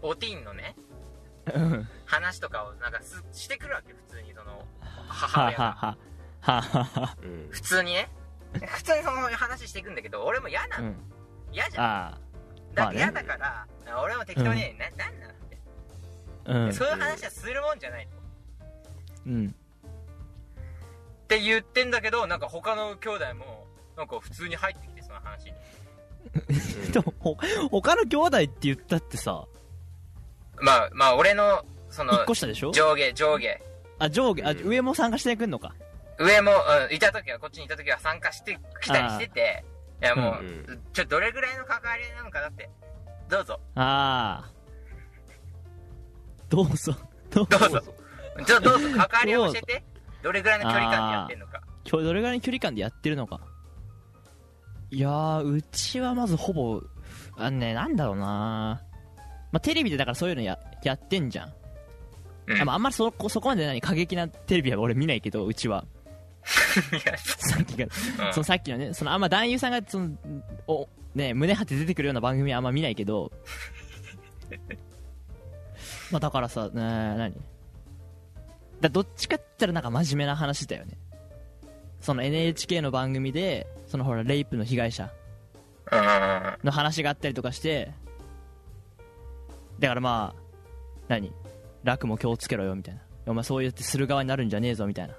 [SPEAKER 4] おティンのね
[SPEAKER 2] うん
[SPEAKER 4] 話とかをなんかすしてくるわけ普通にその母
[SPEAKER 2] はあ
[SPEAKER 4] 親
[SPEAKER 2] はあ
[SPEAKER 4] が
[SPEAKER 2] はあはあは
[SPEAKER 3] うん
[SPEAKER 4] 普通にね普通にその話していくんだけど俺も嫌な
[SPEAKER 2] あう
[SPEAKER 4] の
[SPEAKER 2] ん
[SPEAKER 4] 嫌じゃん
[SPEAKER 2] あ
[SPEAKER 4] だ
[SPEAKER 2] まあね
[SPEAKER 4] 嫌だから俺も適当にななんなのって
[SPEAKER 2] あうん
[SPEAKER 4] そういう話はするもんじゃないと
[SPEAKER 2] うん
[SPEAKER 4] って言ってんだけどなんか他の兄弟もなんか普通に入ってきてその話に
[SPEAKER 2] でもほ他の兄弟って言ったってさ
[SPEAKER 4] まあまあ俺のその
[SPEAKER 2] 1個下でしょ
[SPEAKER 4] 上下上下
[SPEAKER 2] あ上下あ
[SPEAKER 3] うん
[SPEAKER 2] 上も参加してくんのか
[SPEAKER 4] 上も、うんいた時はこっちにいた時は参加してきたりしてていやもう、
[SPEAKER 3] うん
[SPEAKER 4] ちょどれぐらいの関わりなのかだってどうぞ
[SPEAKER 2] ああどうぞどう
[SPEAKER 4] ど
[SPEAKER 2] ぞ
[SPEAKER 4] うぞじゃどうぞ関わりを教えてどれぐらいの距離感でやってんのか
[SPEAKER 2] 今日どれぐらいの距離感でやってるのかいやーうちはまずほぼあのねなんだろうなまあ、テレビでだからそういうのややってんじゃん、
[SPEAKER 4] うん
[SPEAKER 2] あまああんまりそこそこまで何過激なテレビは俺見ないけどうち はさっきが
[SPEAKER 4] うん
[SPEAKER 2] そのさっきのねそのあんま男優さんがそのお、ね、胸張って出てくるような番組はあんま見ないけ どまあだからさ、ね、何だどっちかって言ったらなんか真面目な話だよねその NHK の番組でそのほらレイプの被害者
[SPEAKER 4] うん
[SPEAKER 2] の話があったりとかしてだからまあ何楽も気をつけろよみたいなお前そう言ってする側になるんじゃねえぞみたいな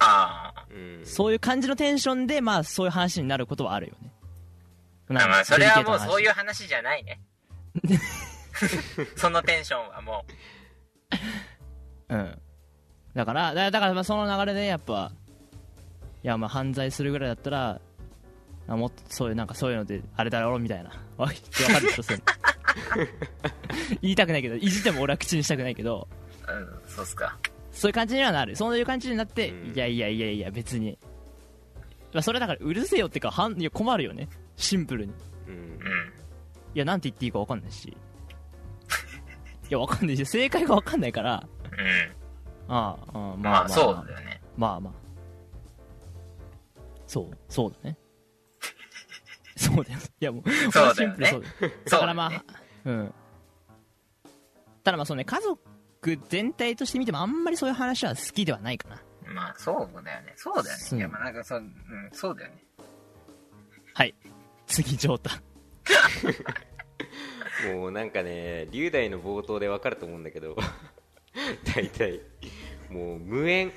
[SPEAKER 4] ああ
[SPEAKER 3] うん
[SPEAKER 2] そういう感じのテンションで、まあ、そういう話になることはあるよね。なんか
[SPEAKER 4] まあそれはも
[SPEAKER 2] デリケー
[SPEAKER 4] う
[SPEAKER 2] トな話
[SPEAKER 4] そういう話じゃな いねそのテンションはも
[SPEAKER 2] うん。だから、だだからまあその流れで、やっぱ、いや、まあ、犯罪するぐらいだったら、あもっとそういう、なんかそういうので、あれだろうみたいな。 わわかるでしょ、そういうの 言いたくないけど、いじっても俺は口にしたくないけど、
[SPEAKER 4] う、うん、そうっすか
[SPEAKER 2] そういう感じにはなる。そういう感じになって、
[SPEAKER 3] うん
[SPEAKER 2] いやいやいやいや、別に。まあ、それだから、うるせえよってか、はんいや困るよね。シンプルに。
[SPEAKER 3] うん
[SPEAKER 4] うん
[SPEAKER 2] いや、なんて言っていいか分かんないし。いや、分かんないし、正解が分かんないから、
[SPEAKER 4] う
[SPEAKER 2] ああ、うん
[SPEAKER 4] ん
[SPEAKER 2] まあ
[SPEAKER 4] まあそうだよね
[SPEAKER 2] まあまあ。そう、そうだね。 そうだよ。いや、もう、
[SPEAKER 4] そうだよね
[SPEAKER 2] シンプルそうだよだからまあ、うん。ただまあそうね、家族全体として見てもあんまりそういう話は好きではないかな。
[SPEAKER 4] まあそうだよねそうだよ
[SPEAKER 2] うん
[SPEAKER 4] ねいやまあなんかそう、うん、そうだよね
[SPEAKER 2] はい。次、ジョータ。
[SPEAKER 3] もうなんかね龍大の冒頭で分かると思うんだけど大体もう無縁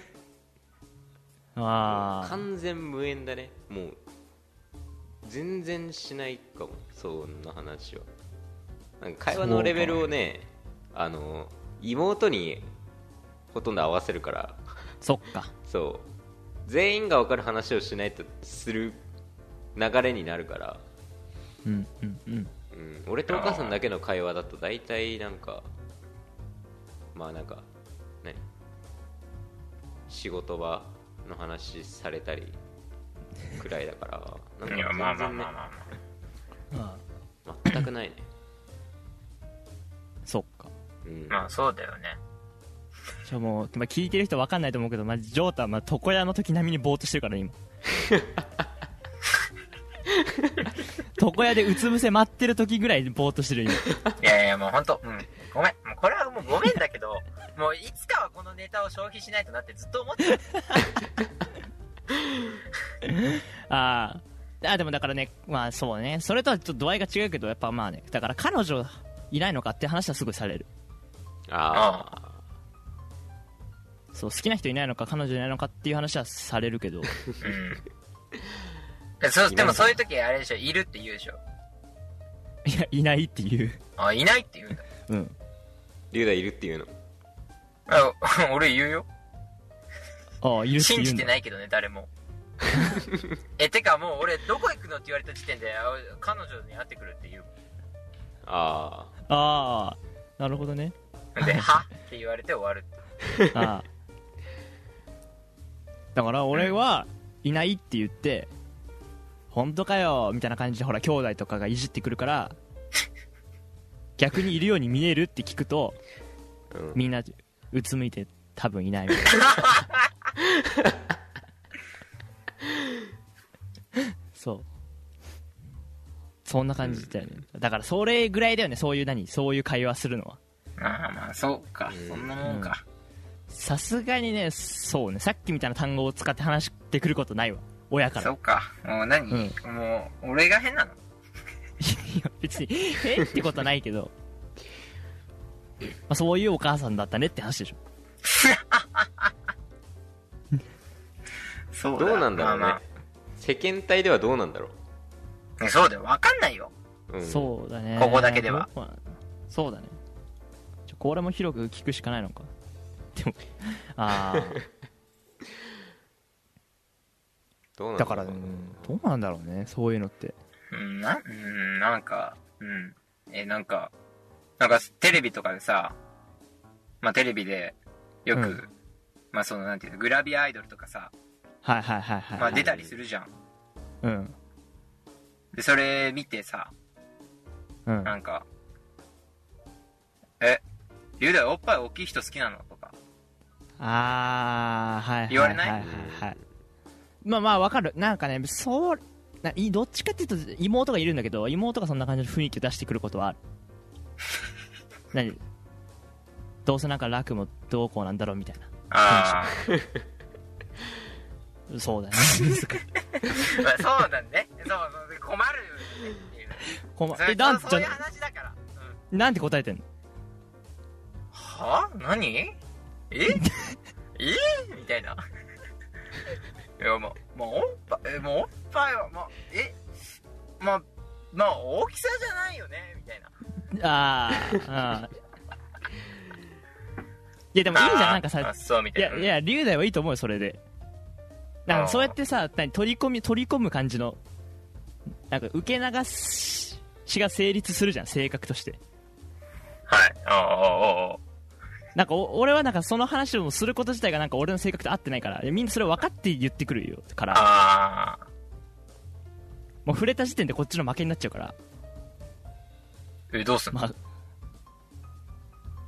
[SPEAKER 2] あ
[SPEAKER 3] 完全無縁だねもう全然しないかもそんな話はなんか会話のレベルをねあの妹にほとんど合わせるから
[SPEAKER 2] あ、そっか。
[SPEAKER 3] そう全員が分かる話をしないとする流れになるから、
[SPEAKER 2] うん、うん、うん。
[SPEAKER 3] うん、俺とお母さんだけの会話だと大体なんかまあなんか何仕事場の話されたりくらいだからなん
[SPEAKER 4] いやまあ
[SPEAKER 3] か全
[SPEAKER 4] まあ
[SPEAKER 3] 然ね
[SPEAKER 4] まあまあ、まあ、
[SPEAKER 2] ああ
[SPEAKER 3] 全くないね
[SPEAKER 2] そっか。
[SPEAKER 3] うん
[SPEAKER 4] まあそうだ よね
[SPEAKER 2] じゃあもう、まあ、聞いてる人分かんないと思うけど、まあ、ジョータはまあ床屋の時並みにぼーっとしてるからね今床屋でうつ伏せ待ってる時ぐらいぼーっとしてる今
[SPEAKER 4] いやいやもう本当、うん、ごめんもうこれはもうごめんだけどもういつかはこのネタを消費しないとなってずっと思ってた
[SPEAKER 2] あーあでもだからねまあそうねそれとはちょっと度合いが違うけどやっぱまあねだから彼女いないのかって話はすごいされる
[SPEAKER 3] あ
[SPEAKER 2] そう好きな人いないのか彼女いないのかっていう話はされるけど
[SPEAKER 4] うんそうでもそういう時あれでしょいるって言うでしょ
[SPEAKER 2] いやいないっていう
[SPEAKER 4] あいないって言うんだ
[SPEAKER 2] うん
[SPEAKER 3] 龍大いるっていうの
[SPEAKER 4] あ 俺言うよ
[SPEAKER 2] ああいるって
[SPEAKER 4] 信
[SPEAKER 2] 言う
[SPEAKER 4] じ
[SPEAKER 2] ん
[SPEAKER 4] て
[SPEAKER 2] だ
[SPEAKER 4] ないけどね 誰もえてかもう俺どこ行くのって言われた時点であ彼女に会ってくるって言う
[SPEAKER 3] あ
[SPEAKER 2] ああなるほどね
[SPEAKER 4] もん で「は?」って言われて終わるって
[SPEAKER 2] ああだから俺はいないって言って本当かよみたいな感じでほら兄弟とかがいじってくるから逆にいるように見えるって聞くと
[SPEAKER 3] うん
[SPEAKER 2] みんなうつむいて多分いないみたい なそうそんな感じだよね、だからそれぐらいだよねそういう何そういう会話するのは
[SPEAKER 4] ああまあそうか、
[SPEAKER 3] うん
[SPEAKER 4] そんなもんか、
[SPEAKER 2] さすがにねそうねさっきみたいな単語を使って話してくることないわ親から
[SPEAKER 4] そうかもう何、
[SPEAKER 2] う
[SPEAKER 4] もう俺が変なの
[SPEAKER 2] いや 別にえってことはないけど、まあ、そういうお母さんだったねって話でしょ
[SPEAKER 4] そう
[SPEAKER 3] どうなんだろうね、
[SPEAKER 4] まあま
[SPEAKER 3] 世間体ではどうなんだろ
[SPEAKER 4] あねそうだよわかんないよ
[SPEAKER 3] う、うん、
[SPEAKER 2] そうだね
[SPEAKER 4] ここだけでは
[SPEAKER 2] どうかなそうだねちょこれも広く聞くしかないのかでもあ
[SPEAKER 3] どうなん
[SPEAKER 2] あだか
[SPEAKER 3] だろう
[SPEAKER 2] ら、うんどうなんだろうねそういうのって
[SPEAKER 4] うんなうんなんかうんえなんかなんかテレビとかでさまあテレビでよく、
[SPEAKER 2] うん
[SPEAKER 4] まあそのなんていうのグラビアアイドルとかさ、
[SPEAKER 2] はいはいはいはい、
[SPEAKER 4] まあ、出たりするじゃん
[SPEAKER 2] うん
[SPEAKER 4] でそれ見てさ
[SPEAKER 2] うん
[SPEAKER 4] なんか「えゆうだよおっぱい大きい人好きなの?」とか
[SPEAKER 2] ああはいはい
[SPEAKER 4] 言われない
[SPEAKER 2] はいはいはいまあまあわかるなんかねそうないどっちかっていうと妹がいるんだけど妹がそんな感じの雰囲気を出してくること はある何どうせなんか楽もどうこうなんだろうみたい
[SPEAKER 4] あ
[SPEAKER 2] なそうだね
[SPEAKER 4] あまあそうなんねそうそう困るよねっていう
[SPEAKER 2] 困
[SPEAKER 4] そ
[SPEAKER 2] え
[SPEAKER 4] れ
[SPEAKER 2] なん
[SPEAKER 4] そ
[SPEAKER 2] じ
[SPEAKER 4] うそういう
[SPEAKER 2] ゃ
[SPEAKER 4] 話だから、うん
[SPEAKER 2] なんて答えてんの
[SPEAKER 4] は何ええみたいな。いや、まあ、まあ、おっぱい、えまあ、おっぱいは、まあ、え、まあ、まあ、大きさじゃないよね、みたいな。
[SPEAKER 2] ああうんいやでもいいじゃんなんかさ
[SPEAKER 4] あそう、みた
[SPEAKER 2] い
[SPEAKER 4] いな。
[SPEAKER 2] やいや龍大はいいと思うよそれでなん
[SPEAKER 4] あー
[SPEAKER 2] かそうやってさ何取り込み取り込む感じのなんか受け流しが成立するじゃん性格として
[SPEAKER 4] はい。ああ、ああ、あ
[SPEAKER 2] なんかお俺はなんかその話をすること自体がなんか俺の性格と合ってないからみんなそれ分かって言ってくるよから
[SPEAKER 4] あ。ああ。
[SPEAKER 2] もう触れた時点でこっちの負けになっちゃうから
[SPEAKER 4] え、どうすんの、
[SPEAKER 2] まあ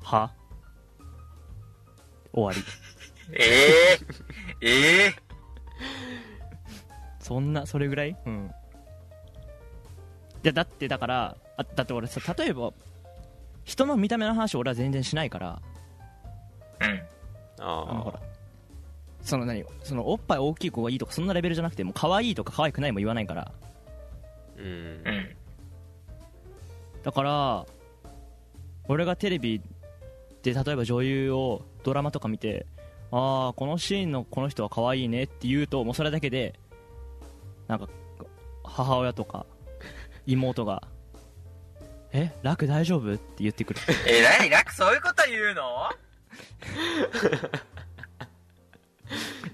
[SPEAKER 2] は終わり
[SPEAKER 4] ええええ
[SPEAKER 2] そんなそれぐらいうんいやだってだからあだって俺さ例えば人の見た目の話を俺は全然しないから
[SPEAKER 4] うん。
[SPEAKER 3] あ
[SPEAKER 2] あ
[SPEAKER 3] あ
[SPEAKER 2] のほらその何そのおっぱい大きい子がいいとかそんなレベルじゃなくてもう可愛いとか可愛くないも言わないから
[SPEAKER 3] うん
[SPEAKER 4] う、ん。
[SPEAKER 2] だから俺がテレビで例えば女優をドラマとか見てああこのシーンのこの人は可愛いねって言うともうそれだけでなんか母親とか妹が「え楽大丈夫?」って言ってくる
[SPEAKER 4] え、なに、楽、そういうこと言うの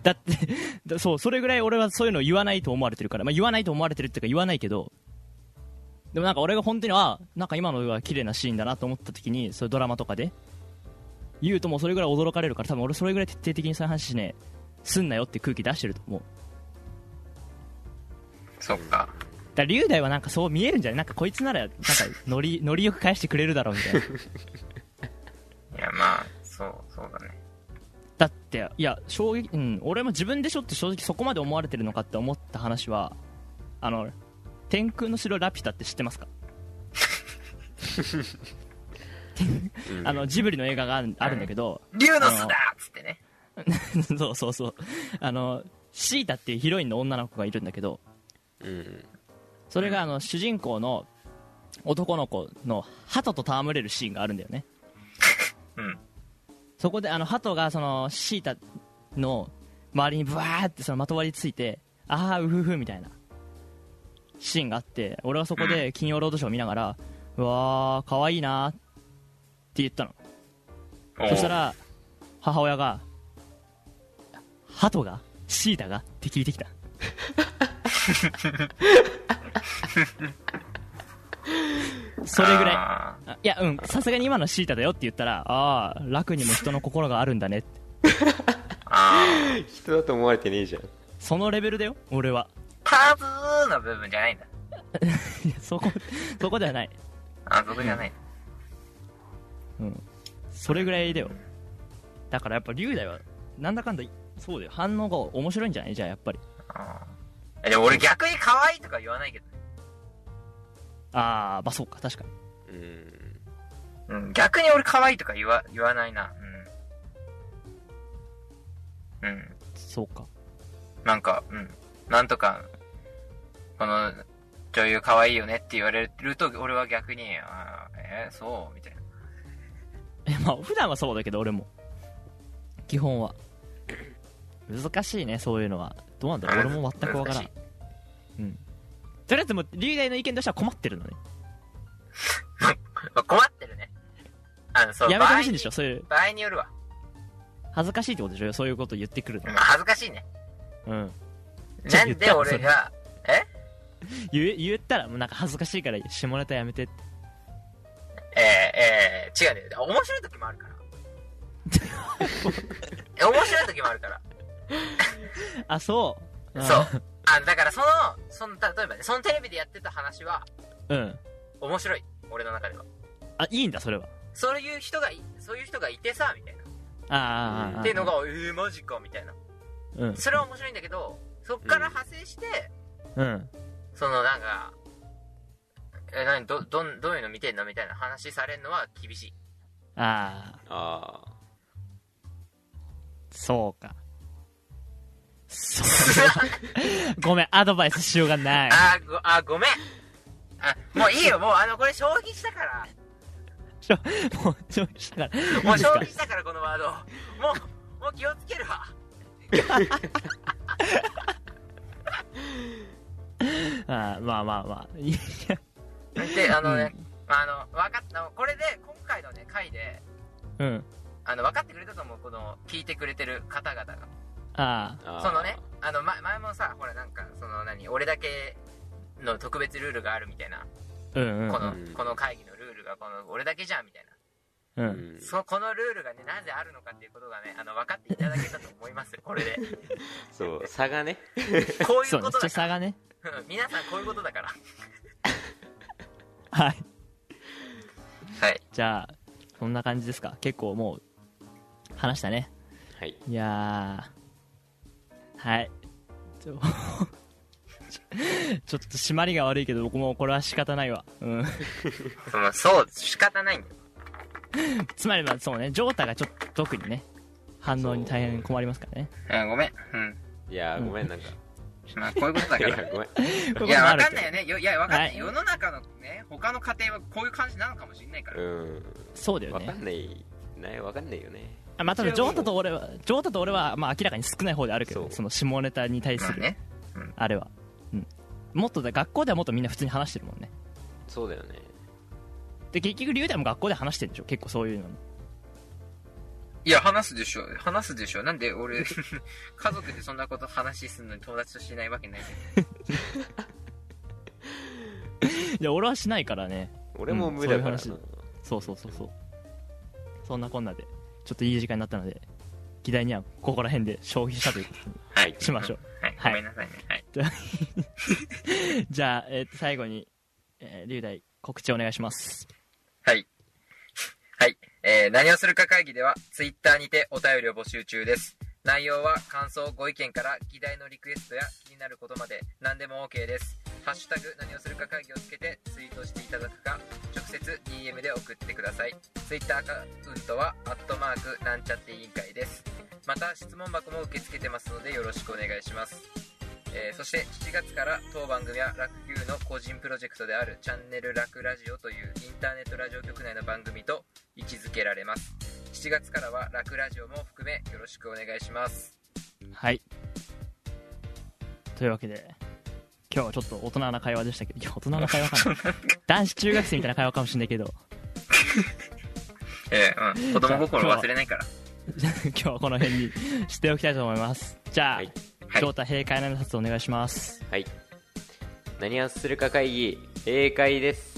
[SPEAKER 2] だってだそうそれぐらい俺はそういうの言わないと思われてるから、まあ、言わないと思われてるっていうか言わないけどでもなんか俺が本当にあーなんか今のは綺麗なシーンだなと思った時にそういうドラマとかで言うともうそれぐらい驚かれるから多分俺それぐらい徹底的にそういう話しねすんなよって空気出してると思う
[SPEAKER 4] そっか。
[SPEAKER 2] だから龍大はなんかそう見えるんじゃないなんかこいつならなんかノ リノリよく返してくれるだろうみたいない
[SPEAKER 4] や、まあ、そう、そうだね。
[SPEAKER 2] だっていや衝撃、うん、俺も自分でしょって正直そこまで思われてるのかって思った話はあの天空の城ラピュタって知ってますか
[SPEAKER 3] うん
[SPEAKER 2] あ のジブリの映画があるあるんだけど、
[SPEAKER 4] 竜の巣だっつってね。
[SPEAKER 2] そうそうそうあのシータっていうヒロインの女の子がいるんだけど
[SPEAKER 3] うん
[SPEAKER 2] それがあの主人公の男の子の鳩と戯れるシーンがあるんだよね
[SPEAKER 4] うん。
[SPEAKER 2] そこであの鳩がそのシータの周りにブワーってそのまとわりついてああうふふみたいなシーンがあって俺はそこで「金曜ロードショー」見ながら「うわーかわいいな」って言ったのそしたら母親が「鳩がシータが?」って聞いて きたそれぐらい
[SPEAKER 4] あー
[SPEAKER 2] あいやうんさすがに今のシータだよって言ったらああ楽にも人の心があるんだねって
[SPEAKER 4] あー
[SPEAKER 3] 人だと思われてねえじゃん
[SPEAKER 2] そのレベルだよ俺は
[SPEAKER 4] パズーのの部分じゃないんだ
[SPEAKER 2] いやそこ そこではない、
[SPEAKER 4] あそこじゃない
[SPEAKER 2] うん、それぐらいだよだからやっぱ龍大はなんだかんだそうだよ反応が面白いんじゃないじゃあやっぱり
[SPEAKER 4] えでも俺逆に可愛いとか言わないけどね
[SPEAKER 2] ああまあそうか確かに
[SPEAKER 3] うん
[SPEAKER 4] うん逆に俺可愛いとか言わ言わないなうんうん
[SPEAKER 2] そうか
[SPEAKER 4] なんか、うん。なんとか、この、女優可愛いよねって言われると、俺は逆に、あーえーそうみたいな。
[SPEAKER 2] えまあ普段はそうだけど俺も基本は難しいねそういうのはどうなんだろう
[SPEAKER 4] うん
[SPEAKER 2] 俺も全くわから
[SPEAKER 4] 難
[SPEAKER 2] ん
[SPEAKER 4] しい
[SPEAKER 2] うんとりあえずもう龍大の意見としては困ってるのね
[SPEAKER 4] まあ困ってるね。あの、そう、
[SPEAKER 2] やめてほしいん
[SPEAKER 4] 場合
[SPEAKER 2] でしょそういう
[SPEAKER 4] 場合によるわ。
[SPEAKER 2] 恥ずかしいってことでしょそういうこと言ってくる
[SPEAKER 4] まあ恥ずかしいね。
[SPEAKER 2] のうんじゃ
[SPEAKER 4] な
[SPEAKER 2] あ言
[SPEAKER 4] ん
[SPEAKER 2] った
[SPEAKER 4] で俺が、
[SPEAKER 2] 言え言ったらもうなんか恥ずかしいから下ネタやめてって
[SPEAKER 4] えー、えー、違うね。面白い時もあ るから。え面白い時もあるから。
[SPEAKER 2] あそう
[SPEAKER 4] そう。あの、だからその、その、例えばね、そのテレビでやってた話は、
[SPEAKER 2] うんうん
[SPEAKER 4] 面白い。俺の中では。
[SPEAKER 2] あいいんだそれは
[SPEAKER 4] そういう人がい、そういう人がいてさ、みたいな。
[SPEAKER 2] ああああああ
[SPEAKER 4] っていうのが、えー、マジか、みたいな。
[SPEAKER 2] うん
[SPEAKER 4] それは面白いんだけどそっから派生して、
[SPEAKER 2] うん
[SPEAKER 4] そのなんかえ何どどんどういうの見てんのみたいな話されるのは厳しい
[SPEAKER 2] ああ
[SPEAKER 3] ああ
[SPEAKER 2] そうかそう ごめんアドバイスしようがない
[SPEAKER 4] あーごあーごめんあもういいよもうあのこれ消費したから
[SPEAKER 2] ちょもう消費したからいい
[SPEAKER 4] も
[SPEAKER 2] で
[SPEAKER 4] う
[SPEAKER 2] す
[SPEAKER 4] 消
[SPEAKER 2] か
[SPEAKER 4] 費したからこのワードをもうもう気をつけるわ
[SPEAKER 2] ああまあまあまあいや
[SPEAKER 4] であのね、まあ、あの分かったこれで今回のね回で
[SPEAKER 2] うん
[SPEAKER 4] あの分かってくれたと思うこの聞いてくれてる方々が
[SPEAKER 2] あ
[SPEAKER 3] ああ
[SPEAKER 4] そのねあの、ま、前もさほらなんかその何俺だけの特別ルールがあるみたいな
[SPEAKER 2] あうんうん
[SPEAKER 4] この
[SPEAKER 3] うん
[SPEAKER 4] この会議のルールがこの俺だけじゃんみたいな、
[SPEAKER 2] う
[SPEAKER 3] うんん
[SPEAKER 4] そこのルールがねなぜあるのかっていうことがねあの分かっていただけたと思いますこれ で
[SPEAKER 3] そう差がね
[SPEAKER 4] こうい
[SPEAKER 2] そううね
[SPEAKER 4] こと
[SPEAKER 2] ちょ
[SPEAKER 4] だ
[SPEAKER 2] 差
[SPEAKER 4] から、
[SPEAKER 2] がね
[SPEAKER 4] うん皆さんこういうことだから
[SPEAKER 2] はい
[SPEAKER 4] はい
[SPEAKER 2] じゃあそんな感じですか結構もう話したね
[SPEAKER 3] はい
[SPEAKER 2] いやーはいちょ ちょっと締まりが悪いけど僕もこれは仕方ないわ、うん、
[SPEAKER 4] そのそう仕方ないんだよ
[SPEAKER 2] つまりまあそうねジョータがちょっと特にね反応に大変困りますからね
[SPEAKER 4] うんごめんうん
[SPEAKER 3] いやーごめんな んか
[SPEAKER 4] まあ こういうことだ
[SPEAKER 3] い
[SPEAKER 4] か
[SPEAKER 3] や
[SPEAKER 4] ら
[SPEAKER 3] ごめん
[SPEAKER 2] こう
[SPEAKER 4] いう
[SPEAKER 2] こと
[SPEAKER 4] や
[SPEAKER 2] もあ
[SPEAKER 4] 分
[SPEAKER 2] る
[SPEAKER 4] か
[SPEAKER 2] け
[SPEAKER 4] ん
[SPEAKER 2] ど
[SPEAKER 4] ないよねよいや分かんない、
[SPEAKER 2] はい
[SPEAKER 4] 世の中のね他の家庭はこういう感じなのかもしれないから、
[SPEAKER 3] うん
[SPEAKER 2] そうだよ
[SPEAKER 3] わか
[SPEAKER 2] ね
[SPEAKER 3] んないないわかんないよね
[SPEAKER 2] あまあただジョータと俺はジョータと俺はまあ明らかに少ない方であるけど
[SPEAKER 3] そ
[SPEAKER 2] そうの下ネタに対
[SPEAKER 4] ますあ
[SPEAKER 2] る
[SPEAKER 4] ね
[SPEAKER 2] あれは、うん、もっとだ学校ではもっとみんな普通に話してるもんね
[SPEAKER 3] そうだよね
[SPEAKER 2] で結局龍大も学校で話してるんでしょ結構そういうのに
[SPEAKER 4] いや話すでしょ話すでしょなんで 俺家族でそんなこと話すのに友達としないわけないじゃん
[SPEAKER 2] いや俺はしないからね
[SPEAKER 3] 俺も無駄だからな
[SPEAKER 2] そういうそうそうそうそうそんなこんなでちょっといい時間になったので議題にはここら辺で消費したということに
[SPEAKER 4] はい
[SPEAKER 2] しましょ う
[SPEAKER 4] はい、ごめんなさいね。はい。
[SPEAKER 2] じゃあ、えーと最後に、えー、龍大告知お願いします
[SPEAKER 4] はい。はい。えー何をするか会議では、ツイッターにてお便りを募集中です。内容は感想、ご意見から、議題のリクエストや気になることまで何でも OK です。ハッシュタグ、何をするか会議をつけてツイートしていただくか、直接 DM で送ってください。ツイッターアカウントは、アットマーク、なんちゃって委員会です。また、質問箱も受け付けてますので、よろしくお願いします。えーそして7月から当番組は楽 Q の個人プロジェクトであるチャンネル楽ラジオというインターネットラジオ局内の番組と位置づけられます7月からは楽ラジオも含めよろしくお願いします
[SPEAKER 2] はいというわけで今日はちょっと大人な会話でしたけどいや大人な会話 かな男子中学生みたいな会話かもしれないけど
[SPEAKER 4] ええうん子
[SPEAKER 2] 供心忘
[SPEAKER 4] れないから
[SPEAKER 2] 今日はこの辺にしておきたいと思いますじゃあ、
[SPEAKER 3] はい
[SPEAKER 4] はい
[SPEAKER 2] 城太閉会の挨拶お願いします
[SPEAKER 3] はい何をするか会議 A 会です